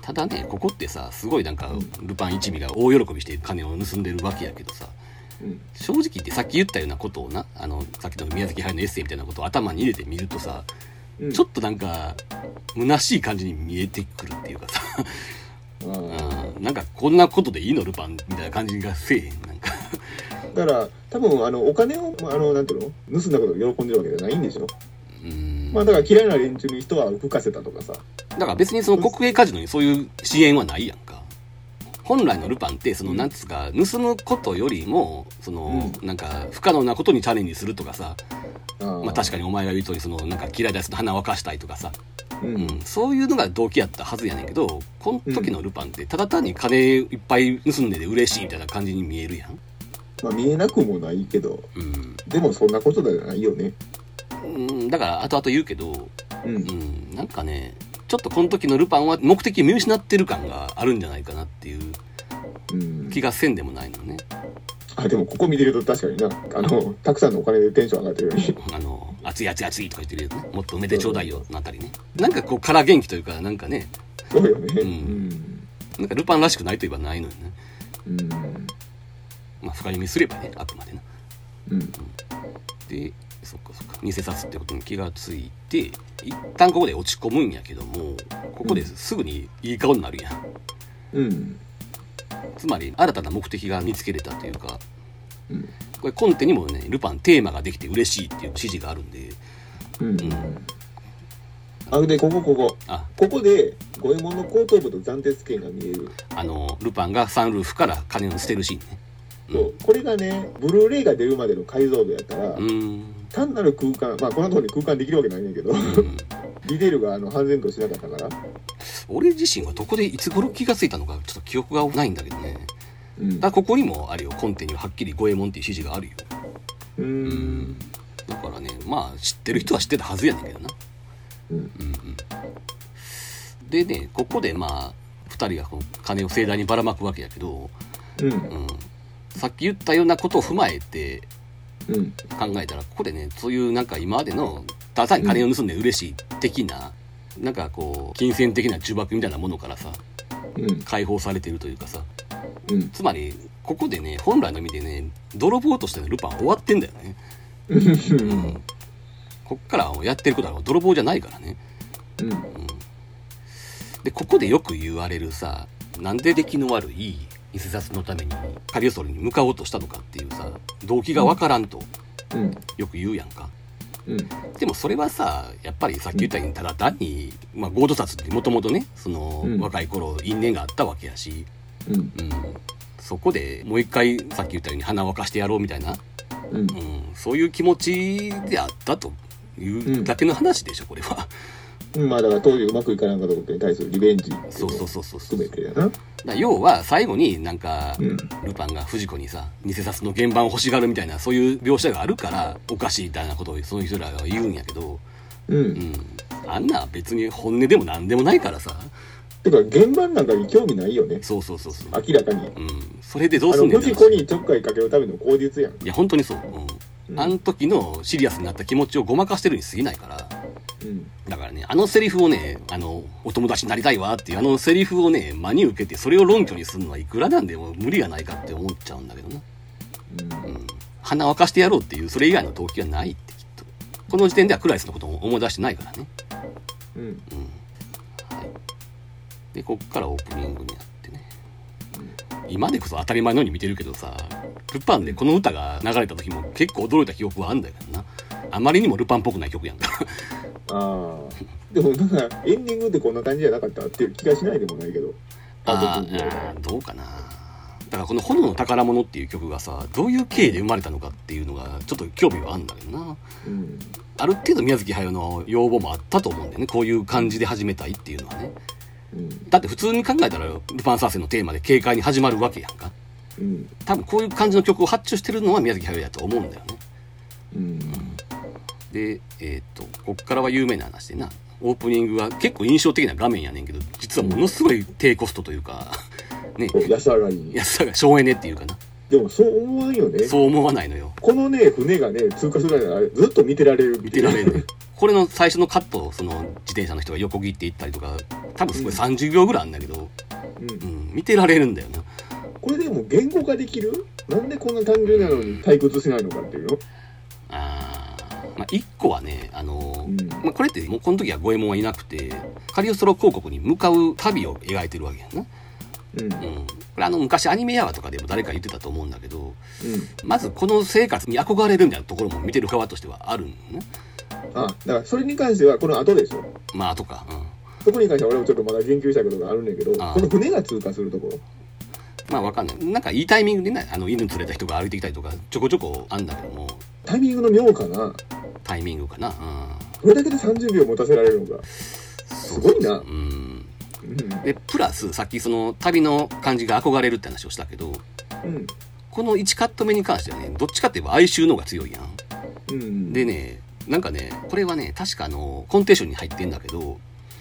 ただねここってさすごいなんかルパン一味が大喜びして金を盗んでるわけやけどさ
うん
正直言ってさっき言ったようなことをなあのさっきの宮崎駿のエッセイみたいなことを頭に入れてみるとさ
うん
ちょっとなんか虚しい感じに見えてくるっていうかさ、
あ
うんなんかこんなことでいいのルパンみたいな感じがせえへんなんか
あだから多分あのお金をあのなんていうの盗んだことを喜んでるわけじゃないんでしょ
うん
まあだから嫌いな連中に人は吹かせたとかさ
だから別にその国営カジノにそういう支援はないやんか本来のルパンってそのなんつうか盗むことよりもそのなんか不可能なことにチャレンジするとかさ
ああ
まあ、確かにお前が言う通りそのなんか嫌いだやつの鼻を沸かしたいとかさ、
うん
うん、そういうのが動機やったはずやねんけどこの時のルパンってただ単に金いっぱい盗んでて嬉しいみたいな感じに見えるやん、
まあ見えなくもないけど
うん
でもそんなことじゃないよね
うん、だから後々言うけど、
う
うんん、なんかねちょっとこの時のルパンは目的を見失ってる感があるんじゃないかなっていう
うん
気がせんでもないのね。
あでもここ見てると確かになあのたくさんのお金でテンション上がってるように
あの、熱い熱い熱いとか言ってるやつね。もっと埋めてちょうだいよ、のあたりね。なんかこう、空元気というか、なんかね、
そうよね
う
うんん、
なんかルパンらしくないといえばないのよね。
うん
まあ、深読みすればね、あくまでな。
うん、
で、そっかそっか。偽札ってことに気がついて、一旦ここで落ち込むんやけども、ここですぐにいい顔になるやん。
うん
つまり、新たな目的が見つけれたというか、
うん
これコンテにもね、ルパンテーマができて嬉しいっていう指示があるんで、
うんあでここここ
あ、
ここで五右衛門の後頭部と斬鉄剣が見える、
あの、ルパンがサンルーフから金を捨てるシーンね。
そうこれがねブルーレイが出るまでの解像度やったら、
うん。うん。
単なる空間まあこんなところに空間できるわけないねんけど
うん
ディテールがあの半然としなかったから、
俺自身はどこでいつ頃気がついたのかちょっと記憶がないんだけどね
うん
だからここにもあるよコンテにははっきり五右衛門っていう指示があるよ
う
うんだからねまあ知ってる人は知ってたはずやねんけどな
うん
うんうんでねここでまあ2人がこう金を盛大にばらまくわけやけど、
うん
うん、さっき言ったようなことを踏まえて
うん
考えたらここでねそういうなんか今までのただ単に金を盗んで嬉しい的な、なんかこう金銭的な呪縛みたいなものからさ
うん
解放されてるというかさ
うん
つまりここでね本来の意味でね泥棒としてのルパンは終わってんだよね、うん、こっからはもうやってることは泥棒じゃないからね、
うん
うん、でここでよく言われるさなんで出来の悪い偽札のためにカリオストロに向かおうとしたのかっていうさ動機がわからんと
うん
よく言うやんか
うん
でもそれはさやっぱりさっき言ったようにただ単に、まあ、強盗殺ってもともとねその、
うん
若い頃因縁があったわけやし
うん
うん、そこでもう一回さっき言ったように鼻を沸かしてやろうみたいな、
うん
うん、そういう気持ちであったというだけの話でしょこれは、
うんまあだから当時うまくいかなかったことに対するリベンジ
そうそうそうそうそう
含
だ
め
か
てやな
ら要は最後になんか、
うん
ルパンが藤子にさ偽札の原版を欲しがるみたいなそういう描写があるからおかしいみたいなことをその人らが言うんやけど、
う
うんん、あんな別に本音でも何でもないからさ
てか現場なんかに興味ないよね
そうそうそうそう、
明らかに
うん、それでどう
あ
す
の
んねんっ
無
て
事
話
故にちょっかいかけるための口実やん
いや本当にそう、うん
うん
あの時のシリアスになった気持ちをごまかしてるに過ぎないから
うん
だからねあのセリフをねあのお友達になりたいわっていうあのセリフをね真に受けてそれを論拠にするのはいくらなんでも無理がないかって思っちゃうんだけどな、うん、鼻沸かしてやろうっていうそれ以外の動機がないってきっとこの時点ではクライスのことを思い出してないからね、
うん
うんはい、でこっからオープニングになってね今でこそ当たり前のように見てるけどさルパンでこの歌が流れた時も結構驚いた記憶はあんだよなあまりにもルパンっぽくない曲やんか
ああでもなんかエンディングってこんな感じじゃなかったっていう気がしないでもないけど
あ
あ
ーあーどうかなだからこの「炎の宝物」っていう曲がさどういう経緯で生まれたのかっていうのがちょっと興味はあるんだけどな
うん
ある程度宮崎駿の要望もあったと思うんだよねこういう感じで始めたいっていうのはね
うん
だって普通に考えたらルパン三世のテーマで警戒に始まるわけやんか
うん
多分こういう感じの曲を発注してるのは宮崎駿だと思うんだよね
うん
で、えー、とこっからは有名な話でなオープニングは結構印象的な画面やねんけど実はものすごい低コストというかね
そう安上がりに
安さが省エネっていうかな
でもそう思わんよね
そう思わないのよ
このね船がね通過するならずっと見てられる
見てられるねこれの最初のカットをその自転車の人が横切っていったりとか多分すごい30秒ぐらいあるんだけど、
うん
うん、見てられるんだよな
これでも言語化できるなんでこんな単純なのに退屈しないのかっていうの
あー、まあ、1個はね、あのー
うん
まあ、これってもうこの時は五右衛門はいなくてカリオストロ広告に向かう旅を描いてるわけやな、
うん
うん、これあの昔アニメやわとかでも誰か言ってたと思うんだけどまずこの生活に憧れるみたいなところも見てる側としてはあるんだね
あだからそれに関してはこの後でしょ
まあとか、うん、
そこに関しては俺もちょっとまだ言及したことがあるんだけど
ああ
この船が通過するところ
まあわかんないなんかいいタイミングでねあの犬連れた人が歩いてきたりとかちょこちょこあんだけども
タイミングの妙かな
タイミングかな、うん、
これだけで30秒持たせられるのかすごいな
うん
うん
でプラスさっきその旅の感じが憧れるって話をしたけど
うん
この1カット目に関してはねどっちかって言えば哀愁の方が強いやん
うん
でねなんかねこれはね確かあのコンテーションに入ってんだけど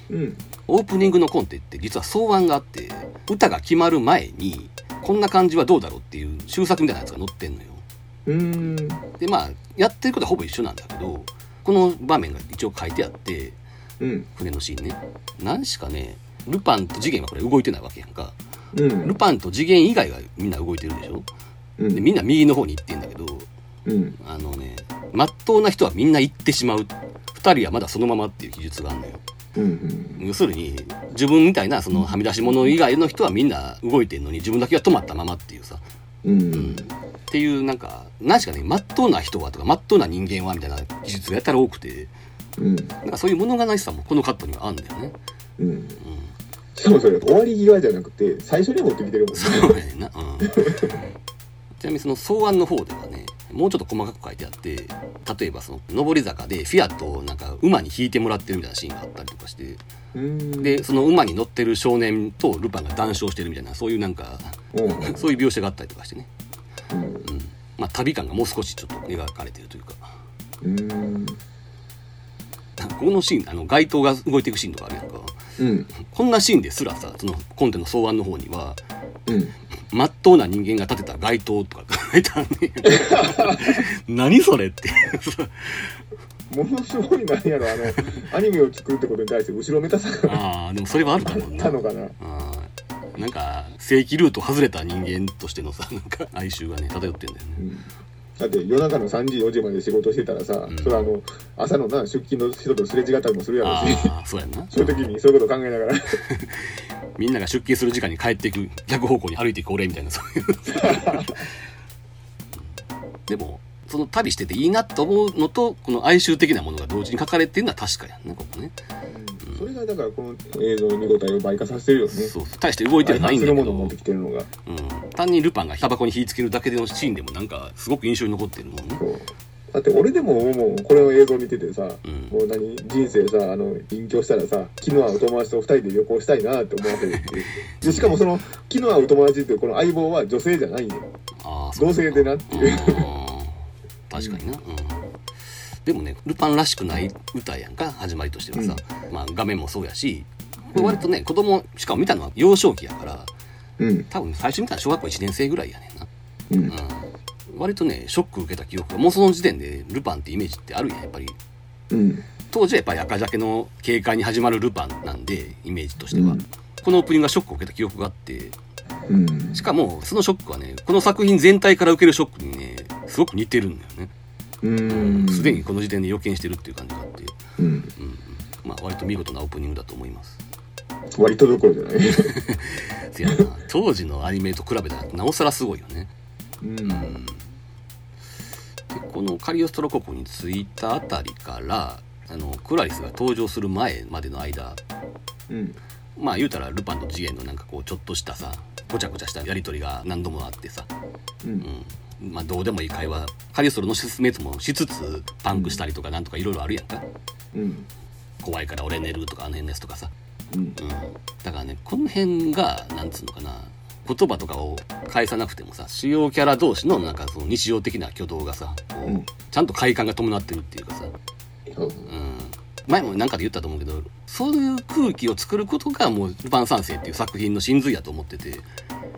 うん。
オープニングのコンテって実は草案があって歌が決まる前にこんな感じはどうだろうっていう修作みたいなやつが載ってんのよ
うーん。
でまあやってることはほぼ一緒なんだけどこの場面が一応書いてあって
うん。
船のシーンね何しかねルパンと次元はこれ動いてないわけやんか
う
ル
ん。
パンと次元以外がみんな動いてるでしょ
う
で
ん。
みんな右の方に行ってんだけど
うん。
あのねまっとうな人はみんな行ってしまう2人はまだそのままっていう記述があるのよ
うん。
要するに自分みたいなそのはみ出し者以外の人はみんな動いてんのに自分だけは止まったままっていうさ、
う
うん
ん。
っていうなんか何しかねまっとうな人はとかまっとうな人間はみたいな記述がやたら多くて
うん。
なんかそういう物悲しさもこのカットにはあるんだよね。
うん。
うん
しかもそれ、終わり際じゃなくて、最初に持ってきてるもんね。
そうやねんな、うん、ちなみにその草案の方ではねもうちょっと細かく書いてあって例えばその上り坂でフィアットをなんか馬に引いてもらってるみたいなシーンがあったりとかして
うーん。
でその馬に乗ってる少年とルパンが談笑してるみたいなそういうなんか
うん、
そういう描写があったりとかしてね、
うん。
うんまあ、旅感がもう少しちょっと描かれてるというか
うん。
ここのシーンあの街灯が動いていくシーンとかあるやんか
うん。
こんなシーンですらさそのコンテの草案の方には
うん。
真っ当な人間が建てた街灯とか書いてあんねん 何それって
ものすごいなんやろ、あの、アニメを作るってことに対して後ろめたさが
ああでもそれはあるか
あ
も
っ
な
たのかな。
うんなんか正規ルート外れた人間としてのさなんか哀愁がね漂ってんだよ
う
ね
んだって夜中の3時4時まで仕事してたらさ、
うん
それはあの朝のな出勤の人とすれ違ったりもするやろうし
ああそうやんな
そういう時にそういうこと考えながら
みんなが出勤する時間に帰っていく逆方向に歩いていく俺みたいなそういう でもその旅してていいなと思うのとこの哀愁的なものが同時に書かれてるのは確かやんねここね
うんそれがだからこの映像の見応えを倍化させてるよね
そう大して動いてはないん
す
だ
る
け
も
ど
のを持ってきてるのが
うん、単にルパンがタバコに火つけるだけでのシーンでもなんかすごく印象に残ってるもんね
そうだって俺でももうこれの映像見ててさ、
ん
もう何人生さあの隠居したらさ気の合う友達と2人で旅行したいなって思わせるって いうでしかもその気の合う友達っていうこの相棒は女性じゃないんだよ
ああ
同性でなっていう
確かにな、うんでもねルパンらしくない歌やんか始まりとしてはさ、まあ、画面もそうやしこれ割とね子供しかも見たのは幼少期やから
うん
多分最初見たのは小学校1年生ぐらいやねんな、
うん
うん、割とねショック受けた記憶がもうその時点でルパンってイメージってあるやんやっぱり
うん
当時はやっぱり赤鮭の警戒に始まるルパンなんでイメージとしては、
うん
このオープニングがショックを受けた記憶があって
うん
しかもそのショックはねこの作品全体から受けるショックにねすごく似てるんだよね
うん
すでにこの時点で予見してるっていう感じがあって、
うん
うんうんまあ、割と見事なオープニングだと思います
割とどころじゃない
せやな当時のアニメと比べたらなおさらすごいよね
うん
でこのカリオストロ国に着いたあたりからあのクラリスが登場する前までの間
うん
まあ言うたらルパンと次元のなんかこうちょっとしたさごちゃごちゃしたやり取りが何度もあってさ、
うん
うん、まあどうでもいい会話カリオストロの説明もしつつパンクしたりとかなんとかいろいろあるやんか
うん
怖いから俺寝るとかあの辺ですとかさ、
うん
うん、だからねこの辺がなんつうのかな言葉とかを返さなくてもさ主要キャラ同士のなんかその日常的な挙動がさこう、
うん
ちゃんと快感が伴ってるっていうかさ、
そう
うん前も何かで言ったと思うけどそういう空気を作ることがもう「ルパン三世」っていう作品の真髄やと思ってて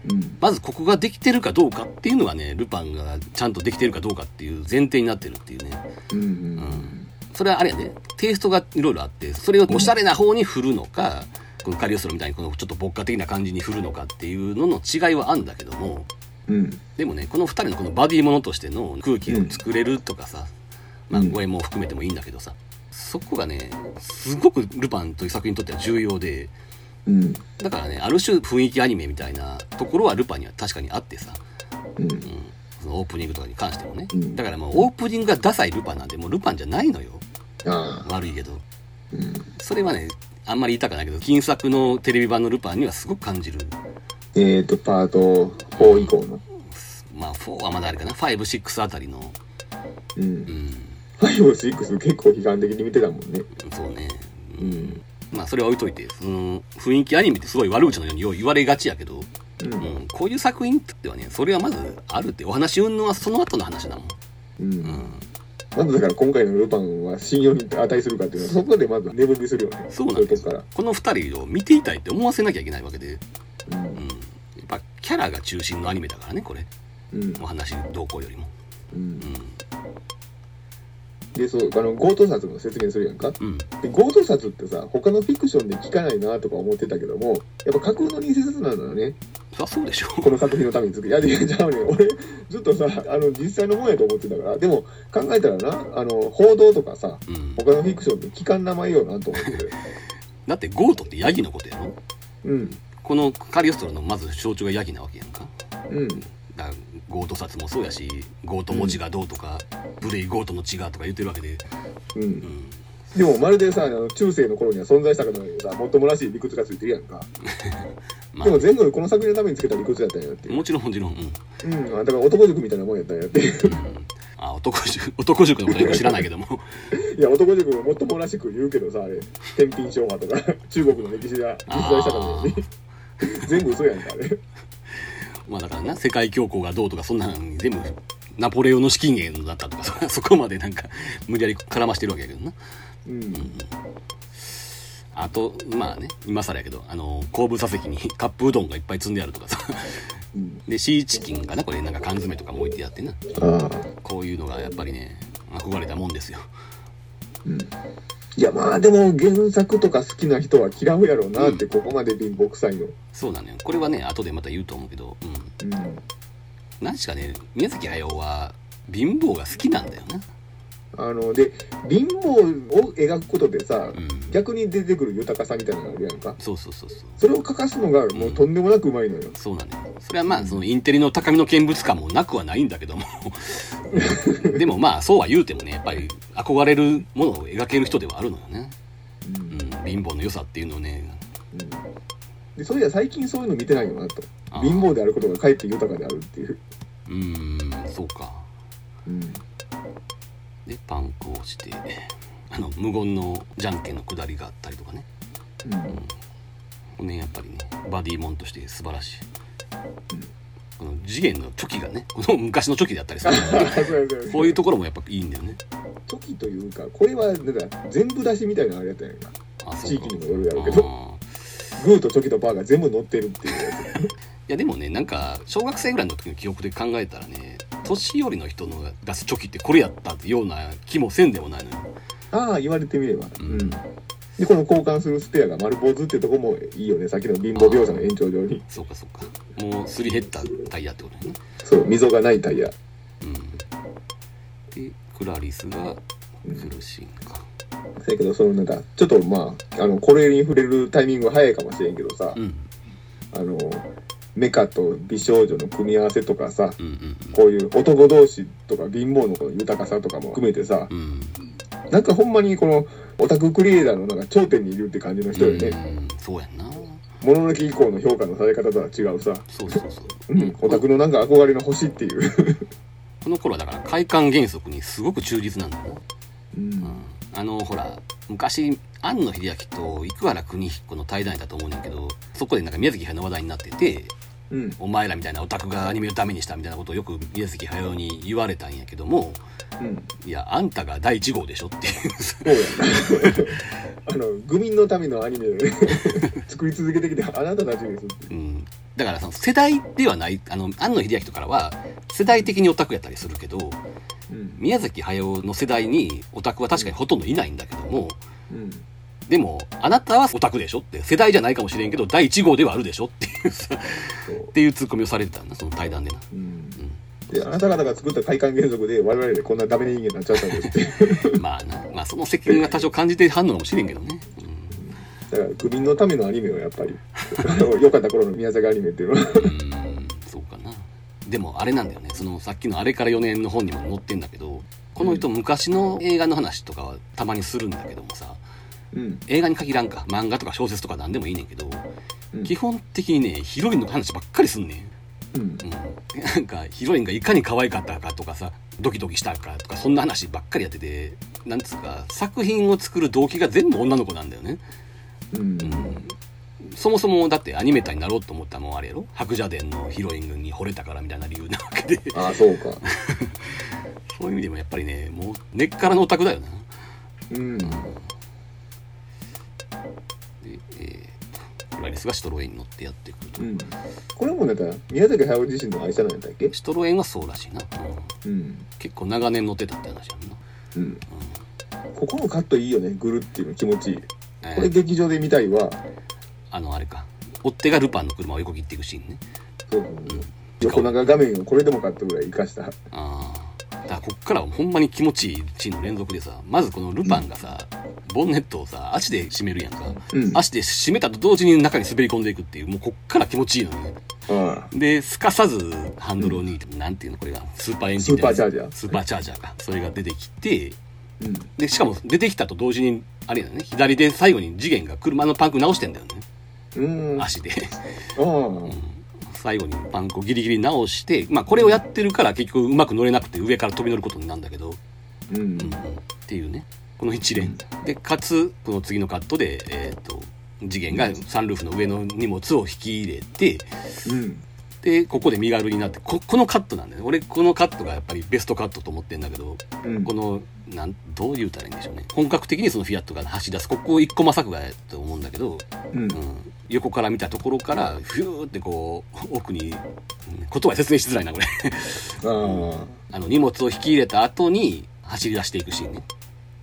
うん
まずここができてるかどうかっていうのがねルパンがちゃんとできてるかどうかっていう前提になってるっていうね
うん
それはあれやねテイストがいろいろあってそれをおしゃれな方に振るのか、このカリオストロみたいにこのちょっと牧歌的な感じに振るのかっていうのの違いはあるんだけども
うん
でもねこの2人のこのバディものとしての空気を作れるとかさ、まあ
うん
語彙も含めてもいいんだけどさそこがねすごくルパンという作品にとっては重要で
うん
だからねある種雰囲気アニメみたいなところはルパンには確かにあってさ、
うん
うん、そのオープニングとかに関してもね、
うん
だからもうオープニングがダサいルパンなんでもうルパンじゃないのよ
ああ
悪いけど
うん
それはねあんまり言いたくないけど金作のテレビ版のルパンにはすごく感じる
えーとパート4以降の
まあ4はまだあれかな56あたりの
う
うんん
5,6結構批判的に見てたもんね
そうねう
うんん
まあそれは置いといてその雰囲気アニメってすごい悪口のようによう言われがちやけど、
う
うんん、こういう作品ってはねそれはまずあるってお話うんのはその後の話だもん、う
う
んん、
まずだから今回のルパンは信用に値するかっていうのはそこでまず値分けするよね
そうなんです
そい
よ
うと
この2人を見ていたいって思わせなきゃいけないわけで、
こから
うん、やっぱキャラが中心のアニメだからねこれ
うんうん
お話動向よりも、
う
う
んでそうあの強盗殺の説明するやんか
んうん、
で強盗殺ってさ他のフィクションで聞かないなとか思ってたけどもやっぱ架空の偽札なのよね
そりゃそうでしょ
この作品のために作りいやいやちゃうねん俺ずっとさあの実際のもんやと思ってたからでも考えたらなあの報道とかさ
うん、
他のフィクションで聞かん名前よなと思ってて
だってゴートってヤギのことやろ
うん
このカリオストロのまず象徴がヤギなわけやんか
うん
だからゴート札もそうやしゴート文字がどうとか、ブレイゴートの血がとか言ってるわけで、
う
うんん、
でもまるでさあの中世の頃には存在したかのようにさもっともらしい理屈がついてるやんか、
ま
でも全部この作品のためにつけた理屈だったんやって
あもちろんもちろん、うんうん
うんあだから男塾みたいなもんやったんやってい
あ男塾 男塾のことよく知らないけ ども
や男塾もっともらしく言うけどさあれ天品昭和とか 中国の歴史が実在したかのように 全部嘘やんかあれ
まあだからな世界恐慌がどうとかそんなのに全部ナポレオンの資金源だったとかそ そこまでなんか無理やり絡ましてるわけやけどな
うん
あとまあね今更やけどあの後部座席に カップうどんがいっぱい積んであるとかさ
うん
でシーチキンがなこれなんか缶詰とかも置いてあってな
ああ
こういうのがやっぱりね憧れたもんですよ
いやまあでも原作とか好きな人は嫌うやろうなってここまで貧乏くさいの
そうなのよこれはね後でまた言うと思うけど、うん、
うん
何しかね宮崎駿は貧乏が好きなんだよな
あので貧乏を描くことでさ、
うん
逆に出てくる豊かさみたいなのがあるやんか
そうそうそうそう
それを欠かすのがもうとんでもなくうまいのよ、
そうなのよそれはまあそのインテリの高みの見物感もなくはないんだけど もでもまあそうは言うてもねやっぱり憧れるものを描ける人ではあるのよね、
うん
うん、貧乏の良さっていうのをね
うんでそういや最近そういうの見てないよなと
あー
貧乏であることがかえって豊かであるっていう、
うんそうか
うん、
でパンクをしてあの無言のじゃんけんのくだりがあったりとかねねやっぱりねバディモンとして素晴らしい、この次元のチョキがねこの昔のチョキだったりする
そうやそ
こ
う
うい
いう
うところもやっぱいいんだよね
時というかこれはなんか全部出しみたいなのあれやったんやんか
あそ
地
うか
域にもよるやろうけど
あー
グーとチョキとパーが全部乗ってるっていうやつ
いやでもねなんか小学生ぐらいの時の記憶で考えたらね年寄りの人の出すチョキってこれやったような気もせんでもないのよ
ああ言われてみれば、
うん
でこの交換するスペアが丸坊主ってとこもいいよねさっきの貧乏描写の延長上に
そうかそうかもうすり減ったタイヤってことだよね
そう溝がないタイヤ
うんでクラリスが苦しいんか
せやけどそのなんかちょっとまああのこれに触れるタイミングは早いかもしれんけどさ、
うん
あのメカと美少女の組み合わせとかさ
うんうん
こういう男同士とか貧乏のこの豊かさとかも含めてさ
うんうん
なんかほんまにこのオタククリエイターのなんか頂点にいるって感じの人よね
うんそうやんな
もののけ以降の評価のされ方とは違うさ、
そうそうそう
う、ん、オタクのなんか憧れの星っていう、
この頃はだから快感原則にすごく忠実なんだよ、
うん
あのほら昔庵野秀明と生原邦彦の対談やったと思うねんだけどそこでなんか宮崎駿の話題になってて
うん
お前らみたいなオタクがアニメをダメにしたみたいなことをよく宮崎駿に言われたんやけども
うん、
いやあんたが第1号でしょっていう
そうやなあの愚民のためのアニメ作り続けてきてあなたたちですっ
う
て
ん、だからその世代ではないあの庵野秀明とからは世代的にオタクやったりするけど
うん
宮崎駿の世代にオタクは確かにほとんどいないんだけども、
うん
でも、あなたはオタクでしょって、世代じゃないかもしれんけど、第1号ではあるでしょっていうさ、っ
そう
ていうツッコミをされてたんだ、その対談でな。
うん
う
であなた方が作った快感原則で我々でこんなダメ人間になっちゃったんですって
ん。まあな、まあその責任は多少感じて反応かもしれんけどね。うん
だから愚民のためのアニメはやっぱり あの良かった頃の宮崎アニメっていうのは
うん、そうかな。でもあれなんだよね、そのさっきのあれから4年の本にも載ってんだけど、この人昔の映画の話とかはたまにするんだけどもさ、
うん
映画に限らんか、漫画とか小説とか何でもいいねんけど、
うん
基本的にね、ヒロインの話ばっかりすんねん。
うん
うん、なんかヒロインがいかに可愛かったかとかさドキドキしたかとかそんな話ばっかりやっててなんつうか作品を作る動機が全部女の子なんだよね、
うん
そもそもだってアニメーターになろうと思ったのもあれやろ 白蛇伝のヒロインに惚れたからみたいな理由なわけで
ああそうか
そういう意味でもやっぱりねもう根っからのオタクだよな
うん
で、えークラリスがシトロエンに乗ってやってくると
うんこれもなんか宮崎駿自身の愛車なんやったっけ
シトロエンはそうらしいな、うん
うん
結構長年乗ってたって話やんな、
うんここのカットいいよねぐるっていうの気持ちいい
えー
これ劇場で見たいわ
あのあれか追っ手がルパンの車を横切っていくシーンね
そう横長画面をこれでもかってぐらい生かした
ああだからこっからはほんまに気持ちいいシーンの連続でさまずこのルパンがさボンネットをさ足で締めるやんか、
うん
足で締めたと同時に中に滑り込んでいくっていうもうこっから気持ちいいのね
あ
ですかさずハンドルを握って、なんていうのこれがスーパーエンジンみたいな
スーパーチャージャー
スーパーチャージャーかそれが出てきて
あうん
でしかも出てきたと同時にあれだよね左で最後に次元が車のパンク直してんだよね
うんあ
足で
あ
最後にパンクをギリギリ直して、まあ、これをやってるから結局うまく乗れなくて上から飛び乗ることになるんだけど、
うん
うんっていうねこの一連でかつこの次のカットで、えー、と次元がサンルーフの上の荷物を引き入れて
うん
でここで身軽になってここのカットなんだよね俺このカットがやっぱりベストカットと思ってんだけど
うん
このなんどう言うたらいいんでしょうね本格的にそのフィアットが走り出すここ一個まさくがやと思うんだけど
うん
うん横から見たところからフューってこう奥にうん言葉で説明しづらいなこれ
ああ
あの荷物を引き入れた後に走り出していくシーンね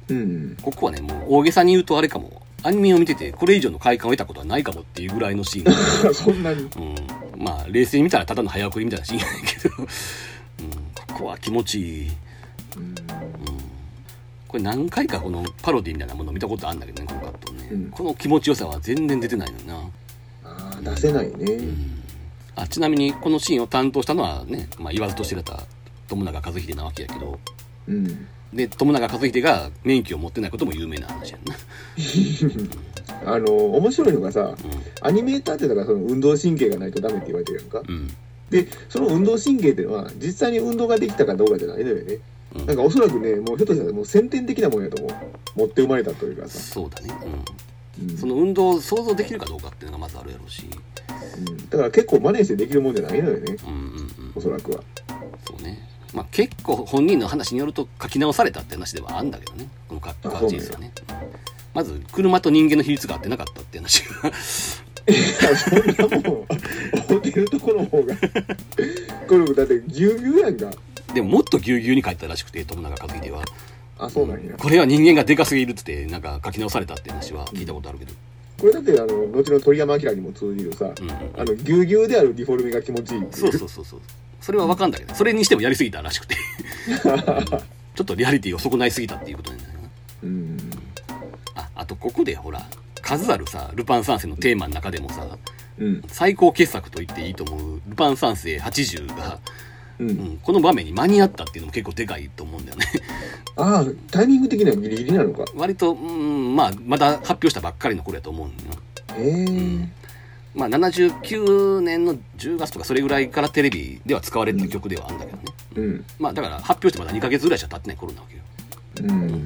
うん
ここはねもう大げさに言うとあれかもアニメを見ててこれ以上の快感を得たことはないかもっていうぐらいのシーン、
そんなに
うん、まあ冷静に見たらただの早送りみたいなシーンやけど、うん、ここは気持ちいい
うん
これ何回かこのパロディみたいなものを見たことあるんだけどねこのカットね、
うん
この気持ちよさは全然出てないのよな
ああ出せないね
あちなみにこのシーンを担当したのはね、まあ、言わずと知れた友永和秀なわけやけど
うん
で友永和秀が免許を持ってないことも有名な話やんな、
あの面白いのがさアニメーターってだからその運動神経がないとダメって言われてるやんか
うんうん
でその運動神経っていうのは実際に運動ができたかどうかじゃないのよね
うん
なんかおそらくねもうひょっとしたらもう先天的なもんやと思う持って生まれたというかさ、
そうだね、
うん
うん、その運動を想像できるかどうかっていうのがまずあるやろうし
うんだから結構真似してできるもんじゃないのよね
うんうんうん
おそらくは
そうねまあ結構本人の話によると書き直されたって話ではあるんだけどねこのカッ
あ
カーチェイスはねまず車と人間の比率が合ってなかったって話 が
そんなもん思ってるとこの方がこれだってぎゅうぎゅうやんか
でももっとぎゅうぎゅうに書いてたらしくて友永和秀は
あそうなんや
これは人間がでかすぎるっつってなんか書き直されたって話は聞いたことあるけど、
これだってあの後の鳥山明にも通じるさ
うんうん
あのぎゅうぎゅうであるディフォルメが気持ちいいってい
そうそうそうそうそれは分かんだけどそれにしてもやりすぎたら しくてうんちょっとリアリティを損ないすぎたっていうことになるな
うん
ああとここでほら数あるさ「ルパン三世」のテーマの中でもさ
うん
最高傑作と言っていいと思う「ルパン三世80が」
う
うんん、この場面に間に合ったっていうのも結構でかいと思うんだよね
ああタイミング的にはギリギリなのか
割と、うん、まあまだ発表したばっかりの頃やと思うんだよな
へえうん
まあ、79年の10月とかそれぐらいからテレビでは使われてた曲ではあるんだけどね、
うん
まあだから発表してまだ2ヶ月ぐらいしか経ってない頃なわけよ
うん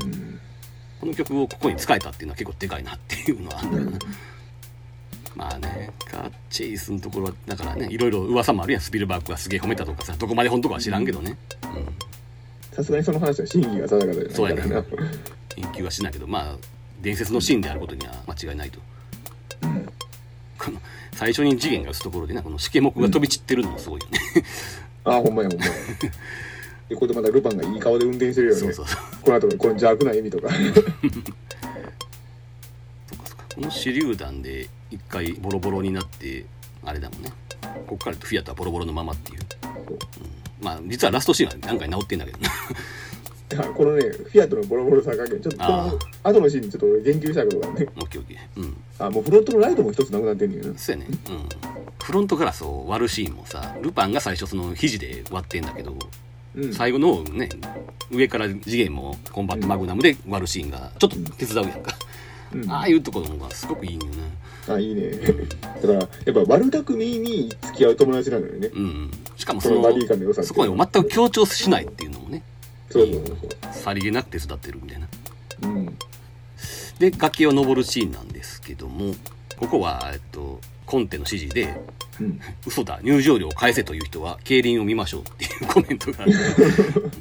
この曲をここに使えたっていうのは結構でかいなっていうのはあるんだけどね、まあねカーチェイスのところはだからねいろいろ噂もあるやんスピルバーグがすげえ褒めたとかさどこまで本当かは知らんけどね、
さすがにその話は真偽が定かじゃないからな
そううん、言及はしないけどまあ伝説のシーンであることには間違いないと
うん
この最初に次元が打つところでなこのしけもくが飛び散ってるのもすごいよね、
ああほんまやほんまやでこれでまたルパンがいい顔で運転してるよね
そうそうそう
この後のこの邪悪な笑みとか
そっかそっかこの手榴弾で一回ボロボロになってあれだもんねこっからフィアットはボロボロのままっていう、うんまあ実はラストシーンは何回治ってんだけどな
だからこのねフィアットのボロボロさ加減ちょっとこ
あ
の後のシーンにちょっと俺言及したいことがあるね
オッケーオッケーうん
あもうフロントのライトも一つなくなってんねんな
そうやねうんフロントガラスを割るシーンもさルパンが最初その肘で割ってんだけど
うん
最後のね上から次元もコンバットマグナムで割るシーンがちょっと手伝うやんか、
うん
ああいうところがすごくいいんよね
あいいねだからやっぱ悪巧みに付き合う友達なのよね
うんしかも
こ
そ
の
の
バディ感の良さって
そこに全く強調しないっていうのもね
そうそうそう
さりげなく手伝ってるみたいな
そううん
で崖を登るシーンなんですけどもここは、えっと、コンテの指示で
うん
「嘘だ入場料を返せ」という人は競輪を見ましょうっていうコメントがある、うん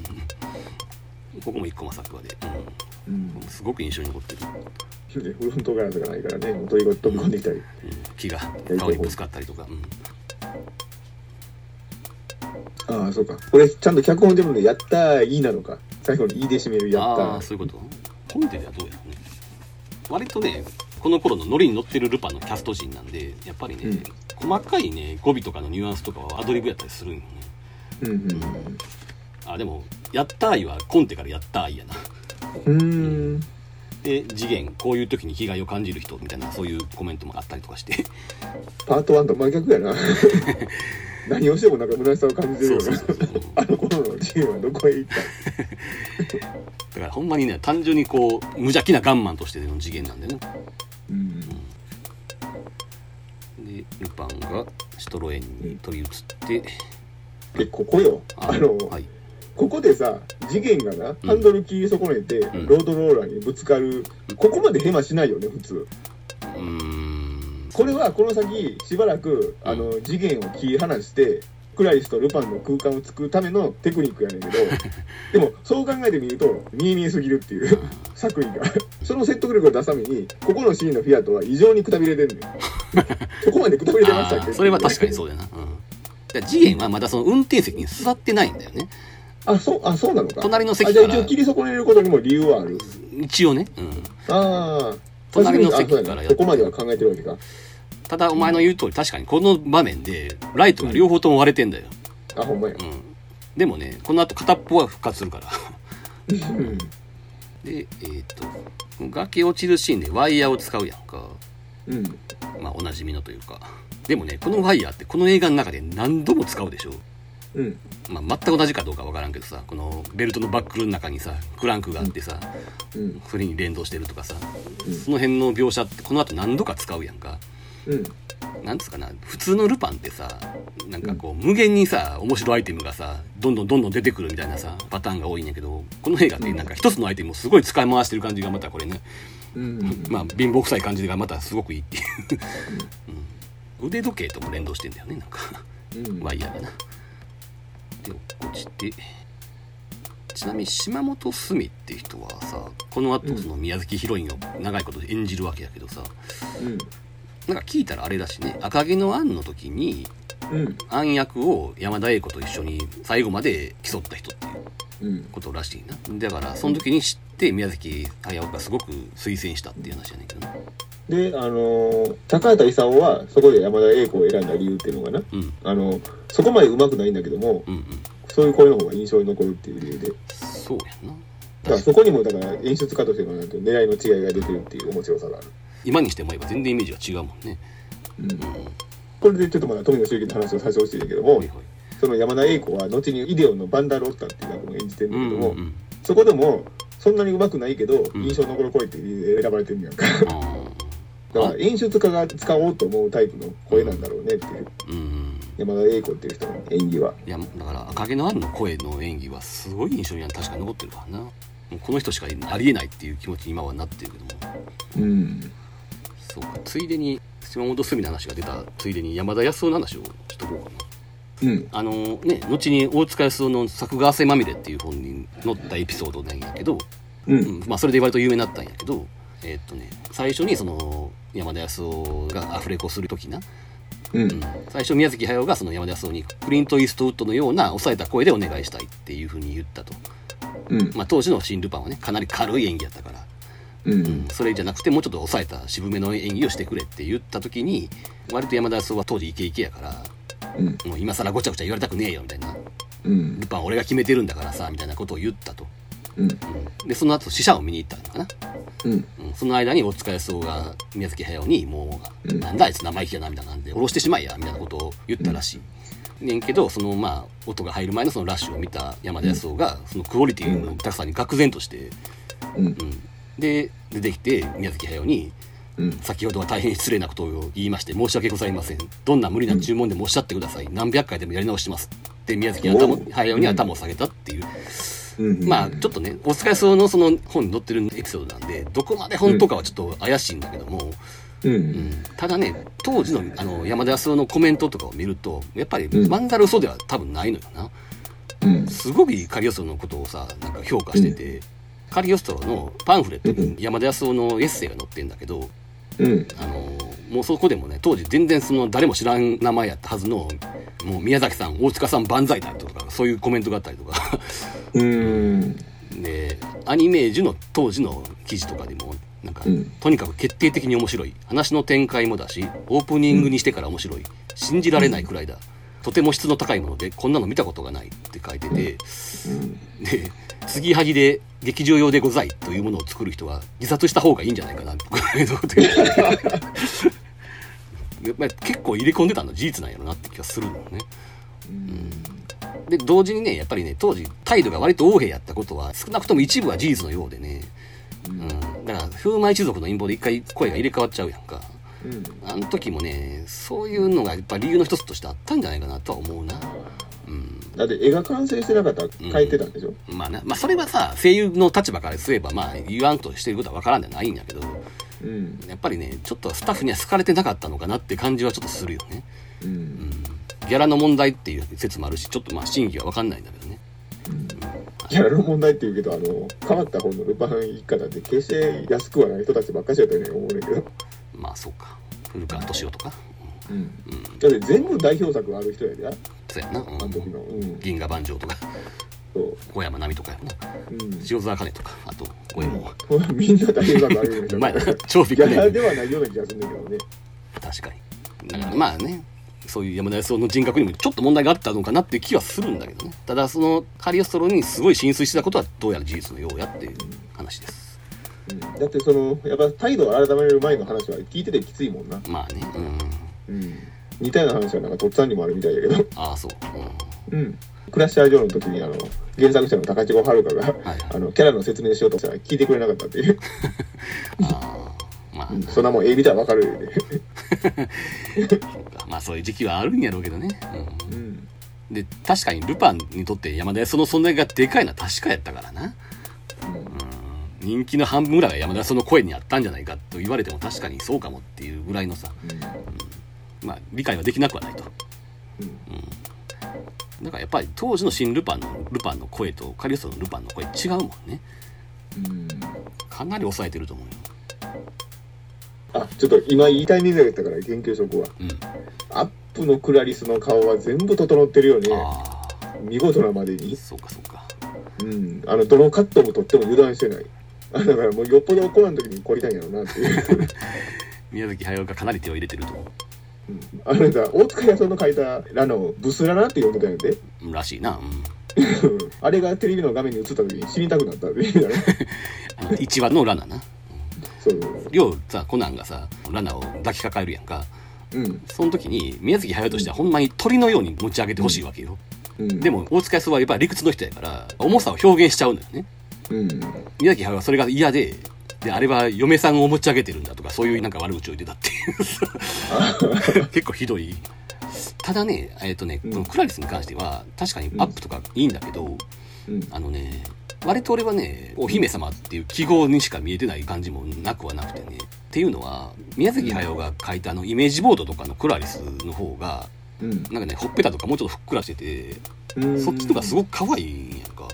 ここも一個正桑で、
うん
うん、すごく印象に残ってる、
でフロントガラスがないからねもう飛び飛び込んできたり
うん、木が顔にぶつかったりとか、うん、
ああそうかこれちゃんと脚本でもね「やったーいい」なのか最後に「いい」で締める「やった
ああー
ー
そういうことコンテではどうやろうね割とねこの頃のノリに乗ってるルパンのキャスト陣なんでやっぱりね、
うん
細かいね語尾とかのニュアンスとかはアドリブやったりするんよね
うんうん
あでも「やったーい」はコンテから「やったーい」やな
うんうーん
で次元こういう時に被害を感じる人みたいなそういうコメントもあったりとかして
パート1と真逆 やな何をしてもなんか虚しさを感じてるよ
そうそうそうそう
なあの頃のチームはどこへ行った
だからほんまにね単純にこう無邪気なガンマンとしての次元なんだよね
うん
でルパンがシトロエンに飛び移って
でここよあの、
はい
ここでさ次元がな
うん
ハンドル切り損ねて、
ん
ロードローラーにぶつかるここまでヘマしないよね普通
うーん
これはこの先しばらくあの次元を切り離してクラリスとルパンの空間を作るためのテクニックやねんけ どでもそう考えてみると見え見えすぎるっていう作為がその説得力を出すためにここのシーンのフィアットは異常にくたび れてんねんそこまでくたびれてましたっ
あー
け
それは確かにそううだよな、うん、だから次元はまだその運転席に座ってないんだよね
あそうあそうなのか
隣の席
あじゃあ
から
一応切り損ねることにも理由はある
一応ね、うん、
ああ
隣の
確
席
かにあそうやな
からやって
ここまでは考えてるわけか
ただお前の言う通り確かにこの場面でライトが両方とも割れてんだよ、
あほんまや
うんでもねこの後片っぽは復活するから
うん
でえっ、と崖落ちるシーンでワイヤーを使うやんか
うん
まあおなじみのというかでもねこのワイヤーってこの映画の中で何度も使うでしょ
うん
まあ、全く同じかどうかわからんけどさこのベルトのバックルの中にさクランクがあってさ、
うん
それに連動してるとかさ、
うん
その辺の描写ってこの後何度か使うやんか
うん
なんつうかな普通のルパンってさなんかこう無限にさ面白いアイテムがさどんどんどんどん出てくるみたいなさパターンが多いんやけどこの映画ってなんか一つのアイテムをすごい使い回してる感じがまたこれね、
うん
まあ貧乏くさい感じがまたすごくいいっていう、うん、腕時計とも連動してんだよねなんか
うん
ワイヤーがな。で、落ちて。ちなみに島本澄って人はさこの後その宮崎ヒロインを長いこと演じるわけやけどさ
うん
なんか聞いたらあれだしね赤毛のアンの時に
うん
アン役を山田栄子と一緒に最後まで競った人っていう
うん
ことらしいなだからその時に知って宮崎駿がすごく推薦したっていう話やねんけどな
であのー高畑勲はそこで山田栄子を選んだ理由っていうのがな
うんうん
あのそこまでうまくないんだけども
うん
そういう声の方が印象に残るっていう理由でだ
そうやんな
からそこにもだから演出家としてのなんていう狙いの違いが出てるっていう面白さがある、
今にして思えば全然イメージが違うもんね
うん
うん、
これでちょっとまだ富野周之の話をさせてほしいんだけども
ほいほい
その山田栄子は後にイデオンのバンダロッタっていう役も演じてるんだ
うん
け
う
ど
ん
も、
うん
そこでもそんなにうまくないけど
ん
印象に残る声っていう理由で選ばれてるんやんか
あ
だ
ー
から演出家が使おうと思うタイプの声なんだろうねっていう
うん
山田栄子っていう人の演技はい
やだから赤毛のアンの声の演技はすごい印象には確かに残ってるからなもうこの人しかありえないっていう気持ちに今はなってるけども
うん
そうかついでに島本隅の話が出たついでに山田康夫の話をしとこうかな
うん
あのね後に大塚康夫の「作画汗まみれ」っていう本に載ったエピソードなんやけど、う
う
んんまあ、それで割と有名になったんやけどえーっとね最初にその山田康夫がアフレコする時な
うん
最初宮崎駿がその山田荘にクリント・イーストウッドのような抑えた声でお願いしたいっていうふうに言ったと、
うん
まあ、当時の新ルパンはねかなり軽い演技やったから、
うん
それじゃなくてもうちょっと抑えた渋めの演技をしてくれって言った時に割と山田荘は当時イケイケやから
うん
もう今更ごちゃごちゃ言われたくねえよみたいな
うん
ルパン俺が決めてるんだからさみたいなことを言ったと、
うん
うんでその後死者を見に行ったのかな
うん
うんその間に大塚康夫が宮崎駿にもう、
うん
なんだあいつ生意気やなみたいなんで下ろしてしまえやみたいなことを言ったらしい、ねんけどそのまあ音が入る前のそのラッシュを見た山田康夫が、そのクオリティの高さに愕然として、
うん
うんで出てきて宮崎駿に
うん
「先ほどは大変失礼なことを言いまして申し訳ございませんどんな無理な注文でもおっしゃってください、何百回でもやり直します」って宮崎頭
おう
駿に頭を下げたっていう
うん
まあちょっとね大塚康夫のその本に載ってるエピソードなんでどこまで本当かはちょっと怪しいんだけども、
う
うんんただね当時のあの山田康夫のコメントとかを見るとやっぱり
うん
まんざる嘘では多分ないのよな、
うん。
すごくカリオストロのことをさなんか評価してて、カリオストロのパンフレット
うん
に山田康夫のエッセイが載ってんだけど、
うん。
あのもうそこでもね当時全然その誰も知らん名前やったはずのもう宮崎さん大塚さん万歳だとかそういうコメントがあったりとか
うーん。
でアニメージュの当時の記事とかでもなんか、
うん
とにかく決定的に面白い話の展開もだしオープニングにしてから面白い、信じられないくらいだ、とても質の高いものでこんなの見たことがないって書いてて。で継ぎはぎで劇場用でございというものを作る人は自殺した方がいいんじゃないかなとかいうこと でやっぱり結構入れ込んでたの事実なんやろなって気がするのね。うん、で同時にねやっぱりね当時態度が割と横柄やったことは少なくとも一部は事実のようでね、うん、だから風魔一族の陰謀で一回声が入れ替わっちゃうやんか。
うん。
あの時もねそういうのがやっぱ理由の一つとしてあったんじゃないかなとは思うな。うん
だって絵が完成してなかったら変えてたんでしょ、
まあな、まあそれはさ、声優の立場からすれば、まあ言わんとしてることはわからんではないんだけど、
うん、うん。
やっぱりね、ちょっとスタッフには好かれてなかったのかなって感じはちょっとするよね。うん。ギャラの問題っていう説もあるし、ちょっとまあ真偽はわかんないんだけどね。
ギャラの問題って言うけど、あの、変わった方のルパン一家だって決して安くはない人たちばっかしやったように思うねんけど。
まあそうか。古川敏夫とか。
うん。
うん。
だって全部代表作ある人やで、あ
そうやな。う
の時
ん。
の。うん。
銀河万丈とか、
そう。
小山奈美とかやな。
うん。
塩沢兼とか、あと、小山。う
これみんな代表作あるような
まいな
人やから。。
超びっ
ギ
く
ャラ
り
で。はないような気がするんだけどね。
確かにだからまあねそういう山田康夫の人格にもちょっと問題があったのかなっていう気はするんだけどねただそのカリオストロにすごい浸水してたことはどうやら事実のようやっていう話です
うん、だってその、やっぱ態度を改める前の話は聞いててきついもんな。
まあねうん
うん。似たような話はなんかとっつぁんにもあるみたいだけど。
ああそう、
うん。クラッシャー・ジョーの時にあの、原作者の高千穂遥が、
はい
あの、キャラの説明しようとしたら聞いてくれなかったっていう。
うん、ああまあ、
そんなもん、ええ見たらわかるよね。
そうかまあそういう時期はあるんやろうけどね、う
うん。
ん、で確かにルパンにとって山田康夫の存在がでかいのは確かやったからなうん人気の半分ぐらいが山田康夫の声にあったんじゃないかと言われても確かにそうかもっていうぐらいのさまあ理解はできなくはないと
うん。
だからやっぱり当時の新ルパンのルパンの声とカリオストロのルパンの声違うもんね
うん。
かなり抑えてると思うよ
あ、ちょっと今いいタイミングだったから、研究職は。
うん
アップのクラリスの顔は全部整ってるよね。
ああ
見事なまでに。
そうかそうか
うん。あの、どのカットもとっても油断してない。あだからもうよっぽどコナンの時に怒りたいんやろうなっ ていう。
宮崎駿がかなり手を入れてると思
うんあれだ、大塚屋さんの書いたラのブスラナって呼んでたんやで。
うらしいな、うん、
うんあれがテレビの画面に映った時に死にたくなったっていう意味だね。
あの1話のラナな
そうそう
りょうさコナンがさラナを抱きかかえるやんか
そう。うん。
その時に宮崎駿としてはほんまに鳥のように持ち上げてほしいわけよ、
うん、
で、も大塚康夫はやっぱり理屈の人やから重さを表現しちゃうのよね
うん。
宮崎駿はそれが嫌でであれは嫁さんを持ち上げてるんだとかそういうなんか悪口を言ってたって いう結構ひどいただねえっ、とね、
うん
このクラリスに関しては確かにアップとかいいんだけど、
うん。
あのね割と俺はねお姫様っていう記号にしか見えてない感じもなくはなくてねっていうのは宮崎駿が書いたあのイメージボードとかのクラリスの方が
うん。
なんかねほっぺたとかもうちょっとふっくらしてて
うん。
そっちとかすごく可愛いんやんか。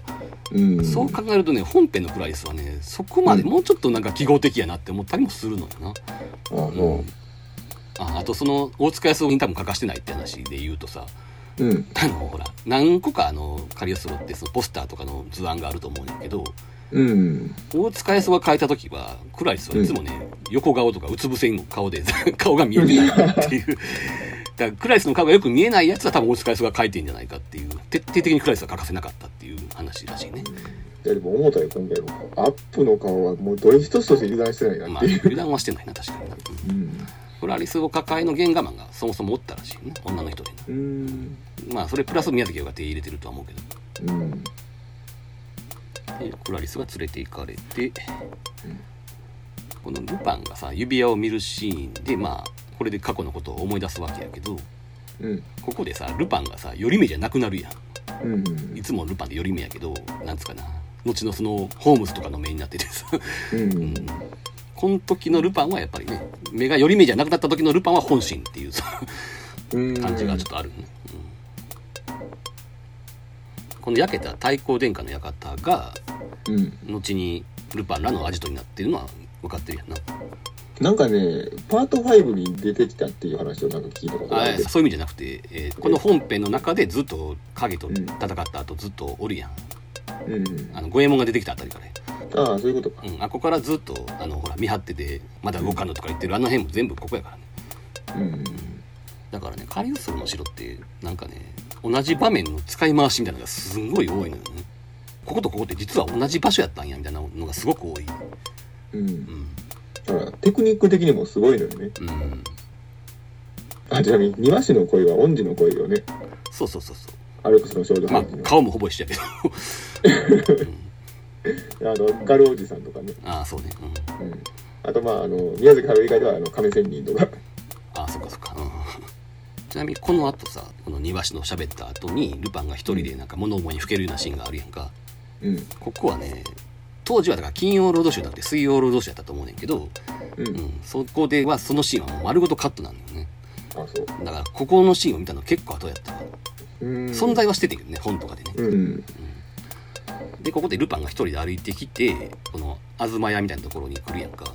うん。
そう考えるとね本編のクラリスはねそこまで
うん
もうちょっとなんか記号的やなって思ったりもするのよな、
あの、
ああとその大塚康夫に多分欠かしてないって話で言うとさ
うん。
あのほら何個かあのカリオストロってそのポスターとかの図案があると思うんやけど
うん。
大塚康夫が描いた時はクラリスはいつもね、横顔とかうつ伏せの顔で 顔が見えてないっていう。だからクラリスの顔がよく見えないやつは多分大塚康夫が描いてんじゃないかっていう徹底的にクラリスは欠かせなかったっていう話らしいね。
いやでも思ったよ、今回も。アップの顔はもうどれ一つとして油断してないなっ
まあ
ていう。
油断はしてないな確かにな。フラリスを抱えのゲンガマンがそもそもおったらしいね女の人でね
うん。うん。
まあそれプラス宮崎が手入れてるとは思うけど
うん。
でクラリスが連れて行かれてこのルパンがさ指輪を見るシーンでまあこれで過去のことを思い出すわけやけど
うん。
ここでさルパンがさ寄り目じゃなくなるや
うん
んいつもルパンで寄り目やけどなんつうかな後のそのホームズとかの目になっててさ
うん。
この時のルパンはやっぱりね目が寄り目じゃなくなった時のルパンは本心っていうさ
うん。
感じがちょっとあるね、うんこの焼けた太閤殿下の館が
うん。
後にルパンらのアジトになってるのは分かってるやんな
なんかね、パート5に出てきたっていう話をなんか聞いたことがあ
あ
る。
そういう意味じゃなくて、えーこの本編の中でずっと影と戦った後ずっとおるやん
うん。
あの五右衛門が出てきたあたりからや
ああ、そういうことか。
うん、あここからずっとあのほら見張っててまだ動かんのとか言ってるあの辺も全部ここやからね
うん。
だからねカリウスの城ってなんかね同じ場面の使い回しみたいなのがすんごい多いのよねこことここって実は同じ場所やったんやみたいなのがすごく多い
うん
う。ん
だから、テクニック的にもすごいのよね。
うん
あ、ちなみに、庭師の声は恩師の声よね。
そうそうそうそ
アルプスの少女
うまあ
ハウスの。
顔もほぼ一緒やけど、うん、
あの、ガルおじさんとかね。
ああそうね、うん、
うん。あと、まあ、あの、宮崎駿以外では、あの、亀仙人とか。
あそっかそっか、うん、ちなみにこの後さこの庭師の喋った後にルパンが一人でなんか物思いにふけるようなシーンがあるやんか
うん。
ここはね当時はだから金曜ロードショーだって水曜ロードショーだったと思うねんけど、
う。
うんん、そこではそのシーンはもう丸ごとカットなんだよね
あ、そう。
だからここのシーンを見たの結構後やったわ
うん。
存在はしててんけどね本とかでね
うん。
でここでルパンが一人で歩いてきてこの東屋みたいなところに来るやんか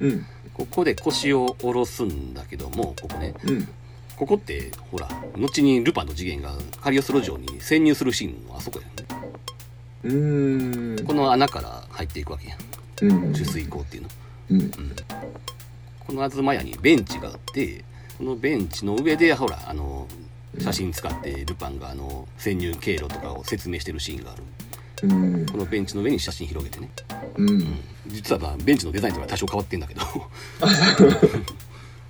うん。
ここで腰を下ろすんだけどもここね
うん。
ここってほら後にルパンの次元がカリオス路城に潜入するシーンのあそこやね
うーん。
この穴から入っていくわけやん
うん
取水口っていうの
うん。
この東屋にベンチがあってこのベンチの上でほらあの写真使ってルパンがあの潜入経路とかを説明してるシーンがある
うん。
このベンチの上に写真広げてね
うん。
実はまあベンチのデザインとか多少変わってんだけど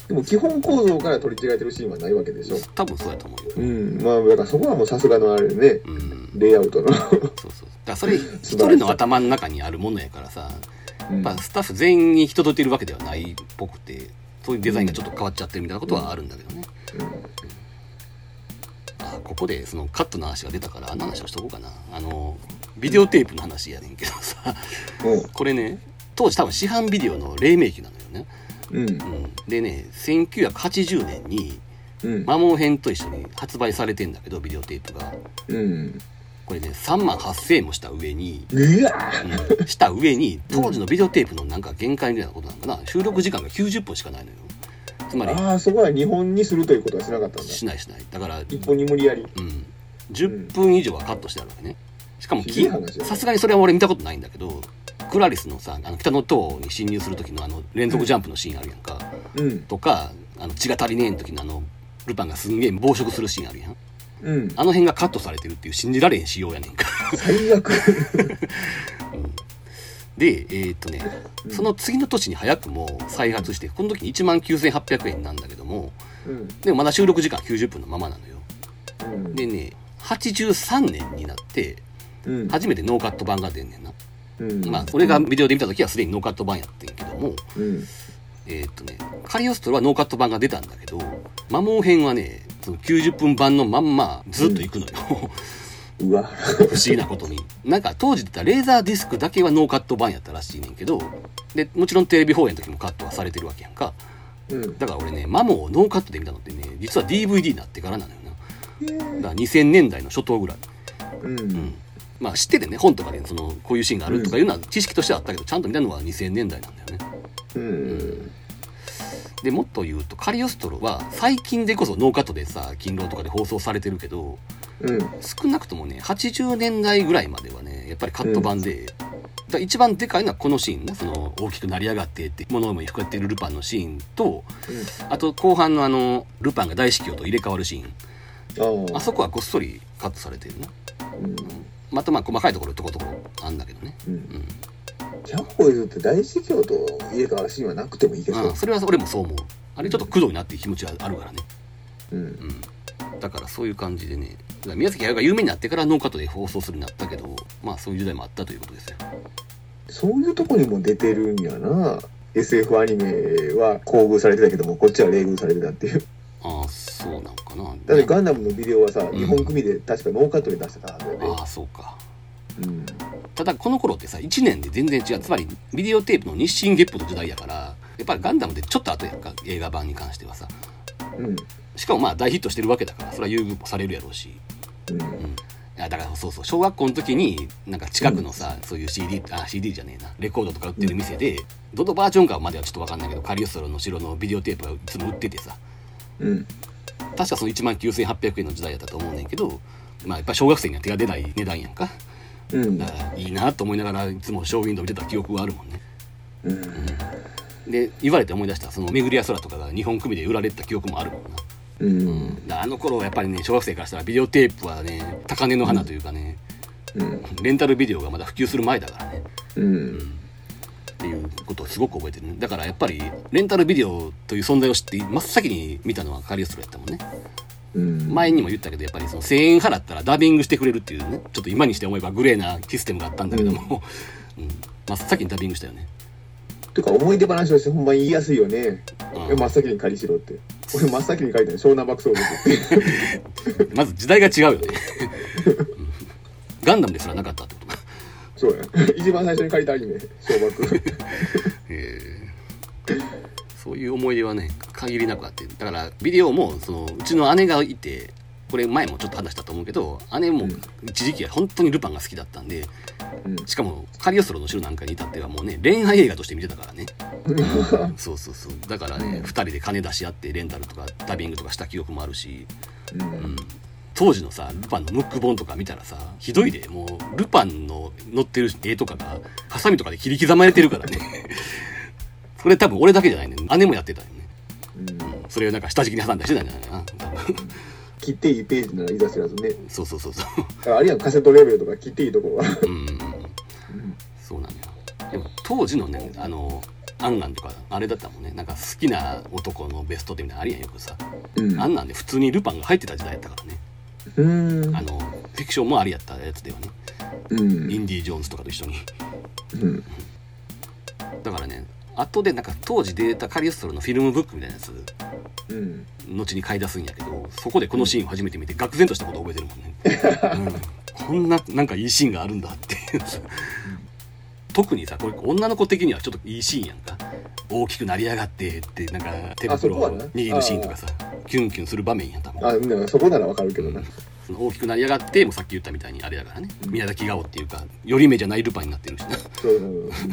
でも基本構造から取り違えてるシーンはないわけでしょ。
多分そうやと思うよ
うん。まあ、だからそこはもうさすがのあれね、
うん
レイアウトの。
そうそうだからそれ一人の頭の中にあるものやからさ
うん
まあ、スタッフ全員に人といてるわけではないっぽくてそういうデザインがちょっと変わっちゃってるみたいなことはあるんだけどね、あここでそのカットの話が出たからあの話をしとこうかなあのビデオテープの話やねんけどさこれね当時多分市販ビデオの黎明期なのよね、
うん。うん。
うん、でね1980年に
うん。
摩耗編と一緒に発売されてんだけどビデオテープが
うん。
これね3万8000円もした上に
うわ
うんした上に当時のビデオテープのなんか限界みたいなことなのかな収録時間が90分しかないのよつまり
ああ、そこは日本にするということはしなかったんだ。
しないしないだから、う
一本に無理やり。
ん、10分以上はカットしてあるわけねしかも
ひどい話だね
さすがにそれは俺見たことないんだけどクラリスのさあの北の塔に侵入する時のあの連続ジャンプのシーンあるやんか
うん。
とかあの血が足りねえん時のあのルパンがすんげえ暴食するシーンあるやん
うん。
あの辺がカットされてるっていう信じられへん仕様やねんか
最悪。
でえーっとね、
うん
その次の年に早くも再発してこの時に1万9800円なんだけども
うん。
でもまだ収録時間90分のままなのよ
うん。
でね83年になって
うん。
初めてノーカット版が出んねんな、
うん。
まあ俺がビデオで見た時はすでにノーカット版やってんけども
うん。
えーっとねカリオストロはノーカット版が出たんだけど摩耗編はねその90分版のまんまずっといくのよ、
うわ。
不思議なことになんか当時って言ったらレーザーディスクだけはノーカット版やったらしいねんけどでもちろんテレビ放映の時もカットはされてるわけやんか
うん。
だから俺ねマモをノーカットで見たのってね実は DVD になってからなのよなだから2000年代の初頭ぐらい、
う
うん
ん。
まあ知っててね本とかでそのこういうシーンがあるとかいうのは知識としてはあったけどちゃんと見たのは2000年代なんだよね
うん。
でもっと言うとカリオストロは最近でこそノーカットでさ勤労とかで放送されてるけど
うん。
少なくともね80年代ぐらいまではねやっぱりカット版で、だから一番でかいのはこのシーンねその大きくなりやがってって物思いに膨ってるルパンのシーンとあと後半のあのルパンが大司教と入れ替わるシーン
あ
あそこはごっそりカットされてるな
あ。うん。
またまあ細かいところとこところあんだけどね
う。
うんん
キャンコイズって大司教と家があるシーンはなくてもいいけ
ま
ど
あ。それは俺もそう思うあれちょっと苦労になっていう気持ちはあるからね
うん。
うんだからそういう感じでねだから宮崎駿が有名になってからノーカットで放送するようになったけどまあそういう時代もあったということですよ
そういうとこにも出てるんやな。SF アニメは厚遇されてたけども、こっちは冷遇されてたっていう。
ああそうなんかな
だってガンダムのビデオはさ、
ん
日本組で確かノーカットで出してたはずやで。
ああそうか
うん。
ただこの頃ってさ1年で全然違うつまりビデオテープの日清月歩の時代やからやっぱりガンダムってちょっと後やんか映画版に関してはさ
うん。
しかもまあ大ヒットしてるわけだからそれは優遇もされるやろうしやだからそうそう小学校の時になんか近くのさ、そういう CD あ CD じゃねえなレコードとか売ってる店で、どのバージョンかまではちょっと分かんないけどカリオストロの城のビデオテープがいつも売っててさ
うん。
確かその1万9800円の時代だったと思うねんけどまあやっぱ小学生には手が出ない値段やんか
うん
だ。からいいなと思いながらいつもショーウィンドウ見てた記憶があるもんね
うん。
で言われて思い出したその「巡りや空」とかが日本組で売られてた記憶もあるもんな
うん。
だあの頃はやっぱりね小学生からしたらビデオテープはね高値の花というかね、
うん。
レンタルビデオがまだ普及する前だからね
うん。
っていうことをすごく覚えてるねだからやっぱりレンタルビデオという存在を知って真っ先に見たのはカリオストロやったもんね
うん。
前にも言ったけどやっぱりその1000円払ったらダビングしてくれるっていうねちょっと今にして思えばグレーなシステムがあったんだけども、うん真っ先にダビングしたよね
てか思い出話としてほんま言いやすいよね。
うん
え真っ先に借りしろって。俺真っ先に書いたの湘南爆走族 って。
まず時代が違うよねうんガンダムですらなかったってことか
そうや。一番最初に借りたアニメ、小爆。
そういう思い出はね限りなくあってだからビデオもそのうちの姉がいてこれ前もちょっと話したと思うけど姉も
うん
一時期は本当にルパンが好きだったんで
うん。
しかもカリオストロの城なんかに至ってはもうね恋愛映画として見てたからねそうそうそうだからね2人で金出し合ってレンタルとかダビングとかした記憶もあるし、うん、当時のさルパンのムック本とか見たらさひどいでもうルパンの載ってる絵とかがハサミとかで切り刻まれてるからね それ多分俺だけじゃないね姉もやってたよね
うん。
それをなんか下敷きに挟んだりしてたんじゃないかな 多分
切っていいページならいざ知らずね。
そうそうそうそう
あれやん、カセットレベルとか切っていいとこは。
うんそうなんだよでも当時のねあのアンガンとかあれだったもんねなんか好きな男のベストってみたいなのありやんよくさ、
うん
あんなんで普通にルパンが入ってた時代やったからね
うん
あ。のフィクションもありやったやつだよね
うん
イ。ンディ・ジョーンズとかと一緒に
うん。
だからね後でなんか当時データカリオストロのフィルムブックみたいなやつ
うん。
後に買い出すんやけどそこでこのシーンを初めて見て愕然としたことを覚えてるもんね、うん、こんななんかいいシーンがあるんだっていう特にさこれ女の子的にはちょっといいシーンやんか大きくなりやがってってなんか手袋
あそこは
を
ね
握るシーンとかさキュンキュンする場面やん多分
あ、でもそこならわかるけどな。
その大きくなりやがってもうさっき言ったみたいにあれだからね宮崎顔っていうかより目じゃないルパンになってるしな
そうそうそう。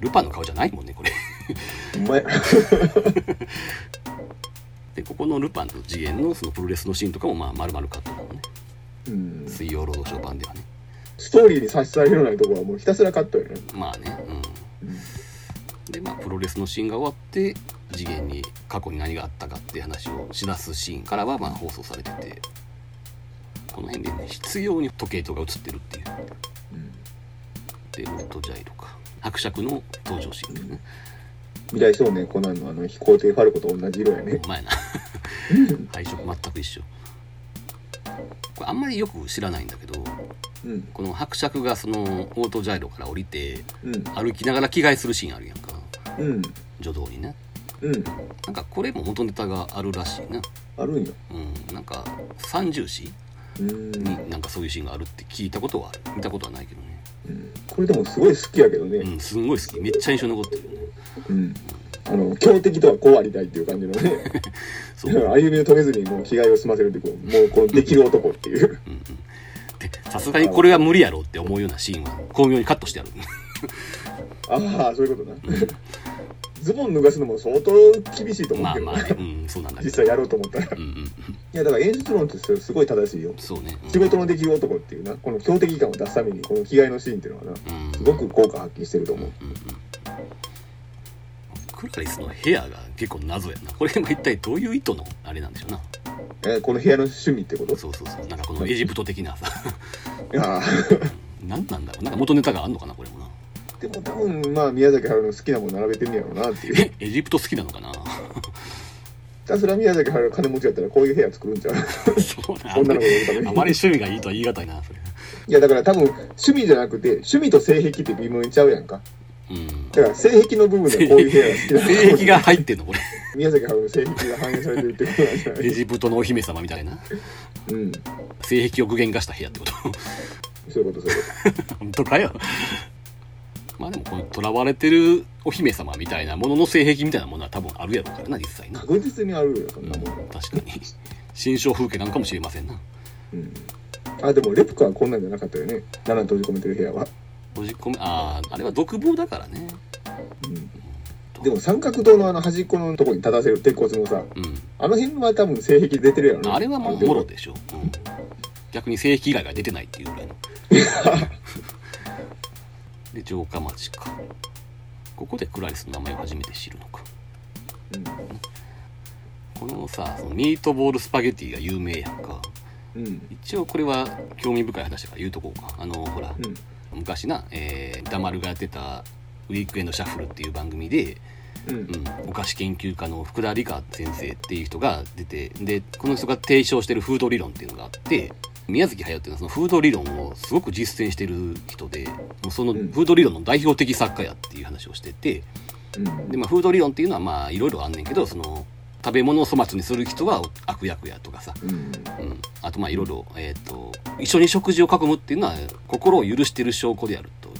ルパンの顔じゃないもんねこれ
お前。
でここのルパンと次元のそのプロレスのシーンとかもまあ丸々カットなのね
うん。
水曜ロードショー版ではね
ストーリーに差し支えのないとこはもうひたすらカットやね。
まあね、うん。で、まあ、プロレスのシーンが終わって、次元に過去に何があったかっていう話をし出すシーンからは、まあ、放送されてて、この辺でね、必要に時計塔が映ってるっていう。で、ウッドジャイロか。伯爵の登場シーンだよね。
未来少年コナンのあの飛行艇ファルコと同じ色やね。
お前な。 配色全く一緒。これあんまりよく知らないんだけど、
うん。
この伯爵がそのオートジャイロから降りて、
うん。
歩きながら着替えするシーンあるやんか。
うん。
助動にね。
うん。
なんかこれも元ネタがあるらしいな。
あるんよ。
うん、なんか三重詩
うん。
になんかそういうシーンがあるって聞いたことはある見たことはないけどね
これでもすごい好きやけど
う
ね。
んすんごい好きめっちゃ印象に残ってるよね
うん。あの、強敵とはこうありたいっていう感じの ね。
そう、うんうん、
歩みを止めずにもう着替えを済ませるってこう、もうこのできる男っていう。
でさすがにこれは無理やろうって思うようなシーンは巧妙にカットしてある
ああ、そういうことな。 ズボン脱がすのも相当厳しいと思
ま
う
あ
けど
まあ
な。
ねうんそうなんだけ
実
ど
際やろうと思ったら。
うんうん
いやだから演出論としてはすごい正しいよ
そうね
仕事のできる男っていうなこの強敵感を出すためにこの着替えのシーンっていうのはな
うん、うん
すごく効果発揮してると思う
クラリスのヘアが結構謎やなこれも一体どういう意図のあれなんでしょうな
えーこの部屋の趣味ってこと
そうそうそうなんかこのエジプト的なさ
いや
何なんだろうなんか元ネタがあんのかなこれもな
ー でも多分まあ宮崎駿の好きなもの並べてんねやろうなっていうひ
え エジプト好きなのかな
たすら宮崎駿が金持ちやったらこういう部屋作るんちゃう
そうなん
女の子のため
あ
に
まり趣味がいいとは言い難いなそれ
いやだから多分趣味じゃなくて趣味と性癖って微妙にちゃうやんか
うん
だから性癖の部分でこういう部屋が好きな の
性癖が入ってんのこれ
宮崎駿の性癖が反映されてるってことなんじゃな
エ
い
ジプトのお姫様みたいな
うん
性癖を具現化した部屋ってこと
そういうことそういうこ
本当かよまあでもこの囚われてるお姫様みたいなものの性癖みたいなものは多分あるやろうからな実際
と
な、
確実にあるよそん
うん、
なもん
確かに新象風景なんかもしれませんな
うんあでもレプカはこんなんじゃなかったよね7閉じ込めてる部屋は、
閉じ込めあああれは独房だからね
うん、でも三角堂のあの端っこのとこに立たせる鉄骨のさ
うん
あの辺は多分性癖出てるやろね
あれはもうもろでしょ、うん逆に性癖以外が出てないっていうぐらいの で城下町かここでクラリスの名前を初めて知るのかこのさそのミートボールスパゲティが有名やんか
うんうん
一応これは興味深い話だから言うとこうかあのほら、
うん
昔な、えー、歌丸がやってた「ウィークエンドシャッフル」っていう番組で、
うん
うん、お菓子研究家の福田理香先生っていう人が出てでこの人が提唱してるフード理論っていうのがあって宮崎駿っていうのはそのフード理論をすごく実践してる人でもうそのフ
うん
ード理論の代表的作家やっていう話をしてて
うん
で、まあ、フード理論っていうのはまあいろいろあんねんけどその食べ物を粗末にする人は悪役やとかさ
うん
うん、あとまあいろいろ、えー、と一緒に食事を囲むっていうのは心を許してる証拠であると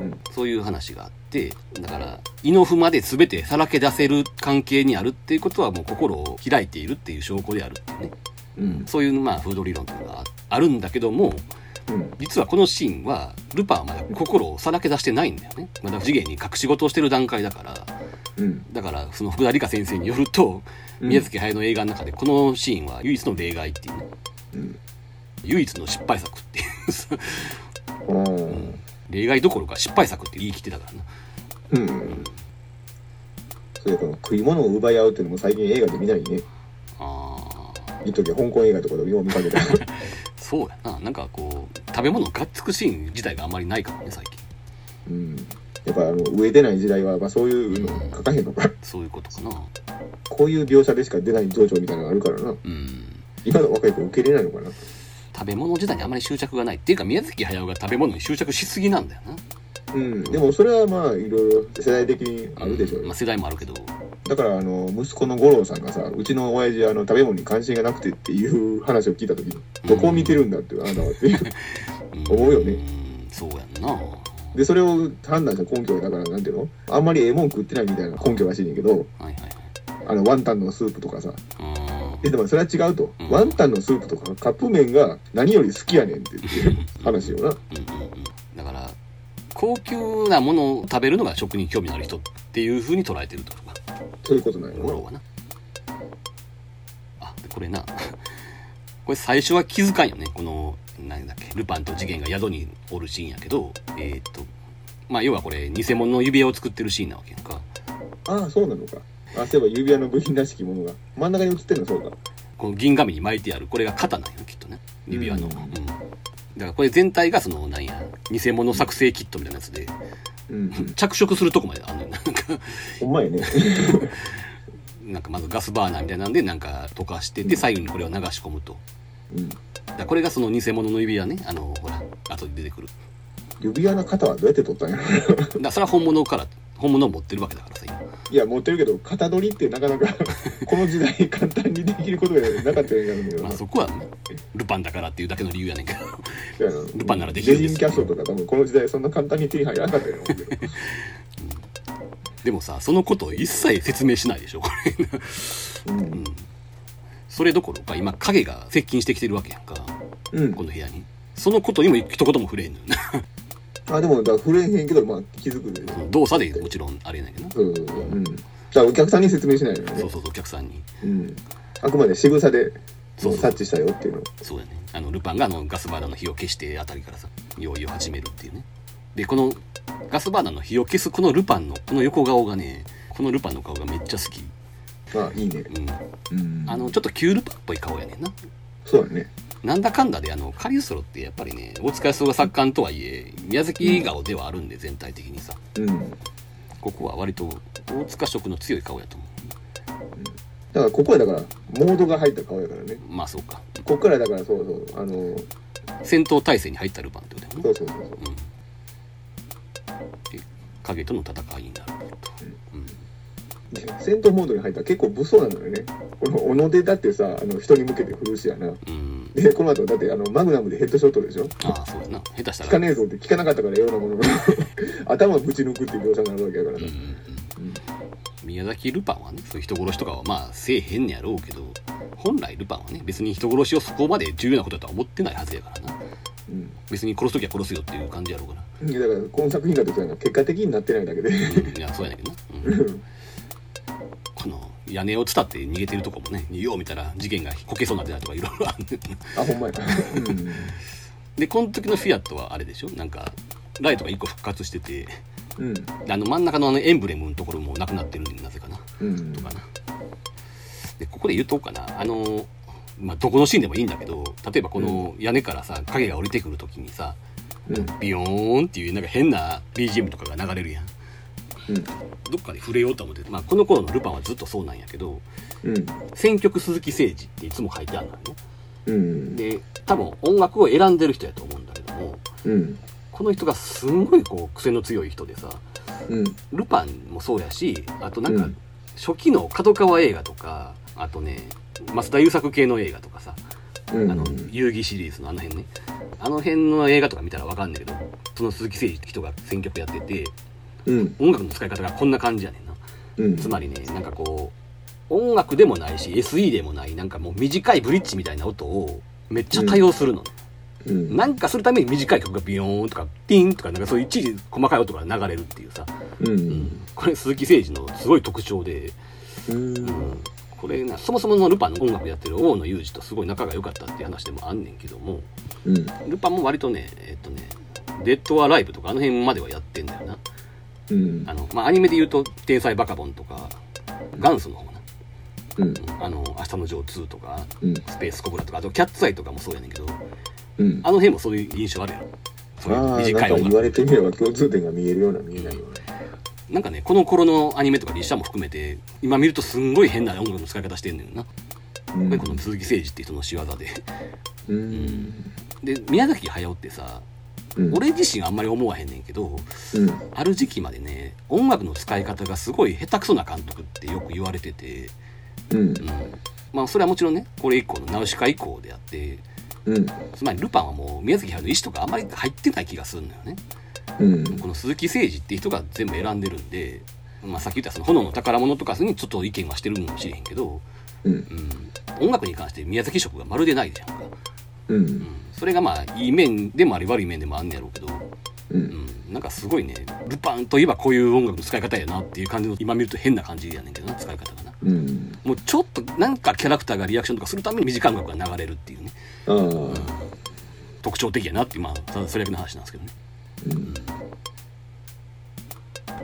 うん
そういう話があってだから胃のまで全てさらけ出せる関係にあるっていうことはもう心を開いているっていう証拠であるっていうね
うん
そういうまあフード理論っていうのがああるんだけども
うん
実はこのシーンはルパンはまだ心をさらけ出してないんだよねまだ次元に隠し事をしてる段階だから
うん
だからその福田理香先生によると、
うん
宮崎駿の映画の中でこのシーンは唯一の例外っていうね
うん
唯一の失敗作っていう
うん
例外どころか失敗作って言い切ってたからな
うんそれから食い物を奪い合うっていうのも最近映画で見ないね
あー
一時は香港映画とかでもよう見かけた
そうやななんかこう食べ物をがっつくシーン自体があまりないからね最近
うんやっぱあの植えてない時代は、まあ、そういうの書かへんのか
そういうことかな
こういう描写でしか出ない情緒みたいなのがあるからな
うん
今の若い子受け入れないのかな
食べ物自体にあまり執着がないっていうか宮崎駿が食べ物に執着しすぎなんだよな
うんでもそれはまあいろいろ世代的にあるでしょう
うんま
よ
あ、世代もあるけど
だからあの息子の五郎さんがさうちの親父あの食べ物に関心がなくてっていう話を聞いた時にどこを見てるんだってあなたはっていう
ん
思うよね
んそうやんな
でそれを判断した根拠はだからなんていうのあんまりええもん食ってないみたいな根拠らしいねんけど
はいはい
あのワンタンのスープとかさ
はい
えでもそれは違うと、
うん
ワンタンのスープとかカップ麺が何より好きやねんって言って話よな
うんうんうんうんだから高級なものを食べるのが食に興味のある人っていうふうに捉えてるってことか
そういうことなんや
五郎
ろ
はなあでこれな これ最初は気づかんよねこの何だっけルパンと次元が宿におるシーンやけどえっ、とまあ要はこれ偽物の指輪を作ってるシーンなわけやんか
ああそうなのかあそういえば指輪の部品らしきものが真ん中に映ってるのそうか
この銀紙に巻いてあるこれが肩なんよきっとね指輪の、う
うん
んだからこれ全体がそのなんや偽物作成キットみたいなやつで
うん
着色するとこまであんねんなんか
ほんまやね
なんかまずガスバーナーみたいなんでなんか溶かしてで最後にこれを流し込むと
うん
だからこれがその偽物の指輪ねあのほら後で出てくる
指輪の型はどうやって取ったんやろ
だからそれは本物から本物を持ってるわけだからさ今
いや持ってるけど型取りってなかなか この時代簡単にできることがなかったやんやろうけど
ま
な
あそこはねルパンだからっていうだけの理由やねんけど
そうやな
ルパンならできるん
レ
で
ジ
す
ンキャストとか多分この時代そんな簡単に手に入らなかったやろうけど
でもさそのことを一切説明しないでしょこれ
うん
それどころか今影が接近してきてるわけやんか
うん
この部屋にそのことにも一言も触れへんのよな
あでもだから震えへんけどまあ気づくでしょ
その動作でもちろんあれやねんけどな
そうそうそううん。だからお客さんに説明しないよね。
そうそうそうお客さんに
うん。あくまで仕草で
そうそう
察知したよっていうの。
そうやねあのルパンがあのガスバーナーの火を消してあたりからさ用意を始めるっていうねでこのガスバーナーの火を消すこのルパンのこの横顔がねこのルパンの顔がめっちゃ好き、
あいいね。
うん、
うん
あのちょっとキュールパンっぽい顔やねんな
そうだね。
なんだかんだであのカリウストロってやっぱりね大塚康夫が作家とはいえ宮崎顔ではあるんで全体的にさ
うん。
ここは割と大塚色の強い顔やと思
だからここはだからモードが入った顔やからね。
うまあそうか
こっからだからそうそうあの
戦闘態勢に入ったルパンってことだよ
そ
ね
うそうそうそう。
で影との戦いになると、うん、
戦闘モードに入ったら結構武装なのよね。この小野手だってさあの人に向けて振るしやな。
うん、
でこの後だってあのマグナムでヘッドショットでしょ。
ああそうやな下手した
聞
ら
かねえぞって聞かな かったからようなものの頭ぶち抜くっていう描写になるわけやから
うんう
なん
うん、宮宮崎ルパンはねそういう人殺しとかはまあせえへんねやろうけど本来ルパンはね別に人殺しをそこまで重要なことだとは思ってないはずやからな
うん
別に殺す時は殺すよっていう感じやろうから
いやだからこの作品だとそうやな結果的になってないだけで
うんいやそうやねんけどな、うん、この屋根を伝って逃げてるとこもねよう見たら事件がこけそうになってたりとかいろいろある
あほんまや、うん、
でこの時のフィアットはあれでしょなんかライトが1個復活してて
うん
あの真ん中のあのエンブレムのところもなくなってるんでなぜかな
うん
とかなでここで言うとこうかなあのまあどこのシーンでもいいんだけど例えばこの屋根からさ影が降りてくる時にさ
うん
ビヨーンっていうなんか変な BGM とかが流れるやん
うん
どっかで触れようと思って、まあ、この頃のルパンはずっとそうなんやけど
うん
選曲鈴木誠二っていつも書いてあるのよね
うん
で多分音楽を選んでる人やと思うんだけども
うん
この人がすんごいこう癖の強い人でさ
うん
ルパンもそうやしあとなん
う
か
ん
初期の角川映画とかあとね増田優作系の映画とかさ、
うん
あの遊戯シリーズのあの辺ねあの辺の映画とか見たらわかんないけどその鈴木誠二って人が選曲やってて
うん
音楽の使い方がこんな感じやねんな
うん
つまりねなんかこう音楽でもないし SE でもないなんかもう短いブリッジみたいな音をめっちゃ多用するの、
うん
なんかするために短い曲がビヨーンとかピンとかなんかそういう一時細かい音が流れるっていうさ、
う
うんん、これ鈴木誠二のすごい特徴で、
うん
うん、これなそもそものルパンの音楽やってる大野裕二とすごい仲が良かったって話でもあんねんけども
うん
ルパンも割とねえっとね「デッド・アライブ」とかあの辺まではやってんだよな
うん
あの、まあ、アニメで言うと「天才バカボン」とか元祖の方な
うん
あの「明日のジョー2」とか
うん
「スペースコブラ」とかあと「キャッツアイ」とかもそうやねんけど
うん
あの辺もそういう印象あるやろそういう
ああなんか
短い音
言
楽
われてみれば共通点が見えるような見えないような
なんかねこの頃のアニメとか実写も含めて今見るとすんごい変な音楽の使い方してんのよな、
うん
この鈴木誠二って人の仕業で
うん
で宮崎駿ってさ
うん
俺自身あんまり思わへんねんけど
うん
ある時期までね音楽の使い方がすごい下手くそな監督ってよく言われてて、
うん
うん、まあそれはもちろんねこれ以降のナウシカ以降であって
うん
つまりルパンはもう宮崎駿の意思とかあんまり入ってない気がするんだよね
うん
この鈴木誠二って人が全部選んでるんで、まあ、さっき言ったその炎の宝物とかにちょっと意見はしてるのかもしれへんけど、
うん
うん、音楽に関して宮崎色がまるでないじゃんか、
うん
うん、それがまあいい面でもあり悪い面でもあんねやろうけど、
う
うんん、なんかすごいねルパンといえばこういう音楽の使い方やなっていう感じの今見ると変な感じやねんけどな使い方がな
うん
もうちょっとなんかキャラクターがリアクションとかするために短い音楽が流れるっていうね
ああ
特徴的やなってまあただそれだけの話なんですけどね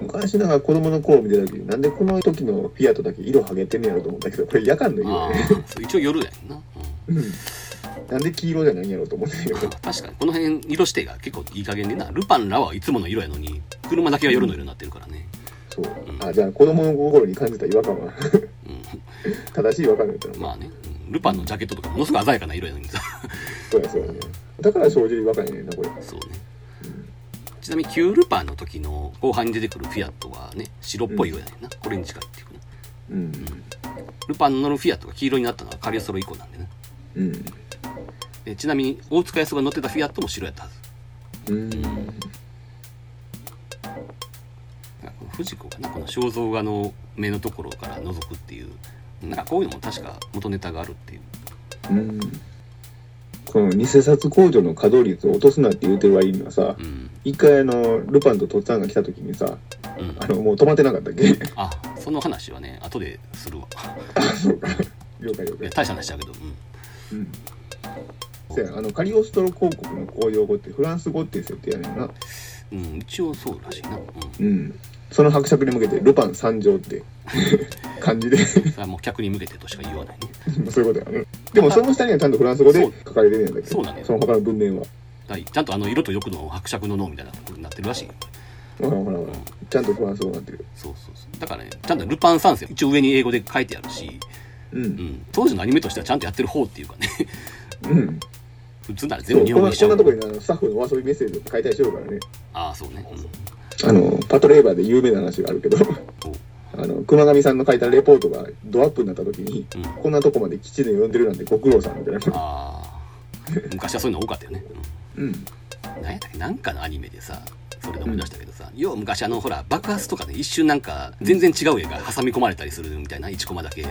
昔なんか子供の頃見てた時なんでこの時のフィアットだけ色はげてんねやろと思ったけどこれ夜間の色
あ
やね
ーそう一応夜やねんな、うん
うんなんで黄色じゃないんやろうと思ってん やけど
確かにこの辺色指定が結構いい加減でなルパンらはいつもの色やのに車だけは夜の色になってるからね、
そうあじゃあ子供の頃に感じた違和感は
う
正しい違和感だったら
ん、まあねうんルパンのジャケットとかものすごい鮮やかな色やのにさ
そうやそうやねだから生じる違和感やねんなこれ
そうねちなみに旧ルパンの時の後半に出てくるフィアットはね白っぽい色やねんな、これに近いっていうかな
うん
ルパンの乗るフィアットが黄色になったのはカリアストロ以降なんでね
うん
でちなみに大塚康夫が乗ってたフィアットも白やったはず
うん
なんかこの藤子がなこの肖像画の目のところから覗くっていうなんかこういうのも確か元ネタがあるっていう
うんこの偽札工場の稼働率を落とすなって言うてる割にはさ
うん
一回あのルパンととっつぁんが来た時にさ
うん
あのもう止まってなかったっけ
あその話はね後でするわい
了解了
や
解
大した話だけど、うん、
うんせやあのカリオストロ広告の公用語ってフランス語っていう設定やねんな
うん、一応そうらしいな、う
うんその伯爵に向けてルパン三条って 漢字で
ん、それはもう客に向けてとしか言わないね
そういうことやねでもその下にはちゃんとフランス語で書かれてるんやんだけど
そうだね
その他の文面は
だいちゃんとあの色と欲の伯爵の脳みたいなことになってるらしいよ
ほらほらほらちゃんとフランス語になってる
そうそうそうだからねちゃんとルパン三世一応上に英語で書いてあるし、
うん
うん、当時のアニメとしてはちゃんとやってる方っていうかね
うん
普通なら
そ
全部
う
日
こん
本
な
にしちゃ
こん
う
なとこにあのスタッフのお遊びメッセージとか書いたりしようからね
ああそうね、うん
あのパトレーバーで有名な話があるけど
そう
あの熊上さんの書いたレポートがドアップになった時に、
うん
こんなとこまで基地で呼んでるなんてご苦労さんみたいな、
ああ昔はそういうの多かったよね、うん
うん、
なんやったっけなんかのアニメでさそれで思い出したけどさ、よう昔あのほら爆発とかね一瞬なんか全然違う絵が挟み込まれたりするみたいな1コマだけ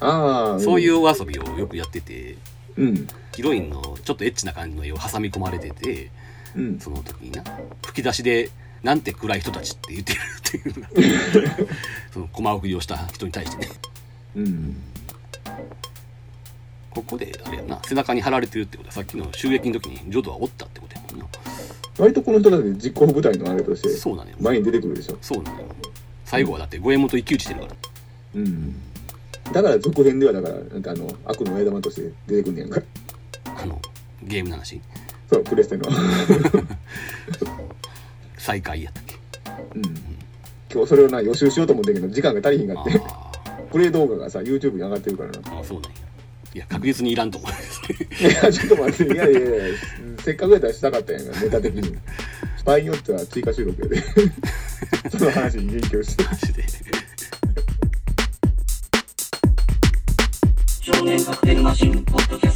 ああ
そういううお遊びをよくやってて
うん
ヒロインのちょっとエッチな感じの絵を挟み込まれてて
うん
その時にな吹き出しで「なんて暗い人たち」って言ってるっていうのが そのコマ送りをした人に対してね
うん
ここであれやな背中に貼られてるってことはさっきの襲撃の時にジョドはおったってことやもんな
割とこの人たち実行部隊のあれとして
そうなのよ
前に出てくるでしょ
そうなのよ最後はだって五右衛門と一騎打ちしてるから
うんだから続編ではだからなんかあの悪の親玉として出てくんねやんか
あのゲームの話
そうプレステの
再開やったっけ
うん今日それをな予習しようと思ってんけど時間が足りひんが
あ
って
ー
プレイ動画がさ YouTube に上がってるからな
あーそうなんやいや確実にいらんと思う
いやちょっと待っていやいやいやせっかくやったらしたかったやんかネタ 的に場合によっては追加収録やで その話に言及して
マジで
少年カクテルマシン」ポッドキャスト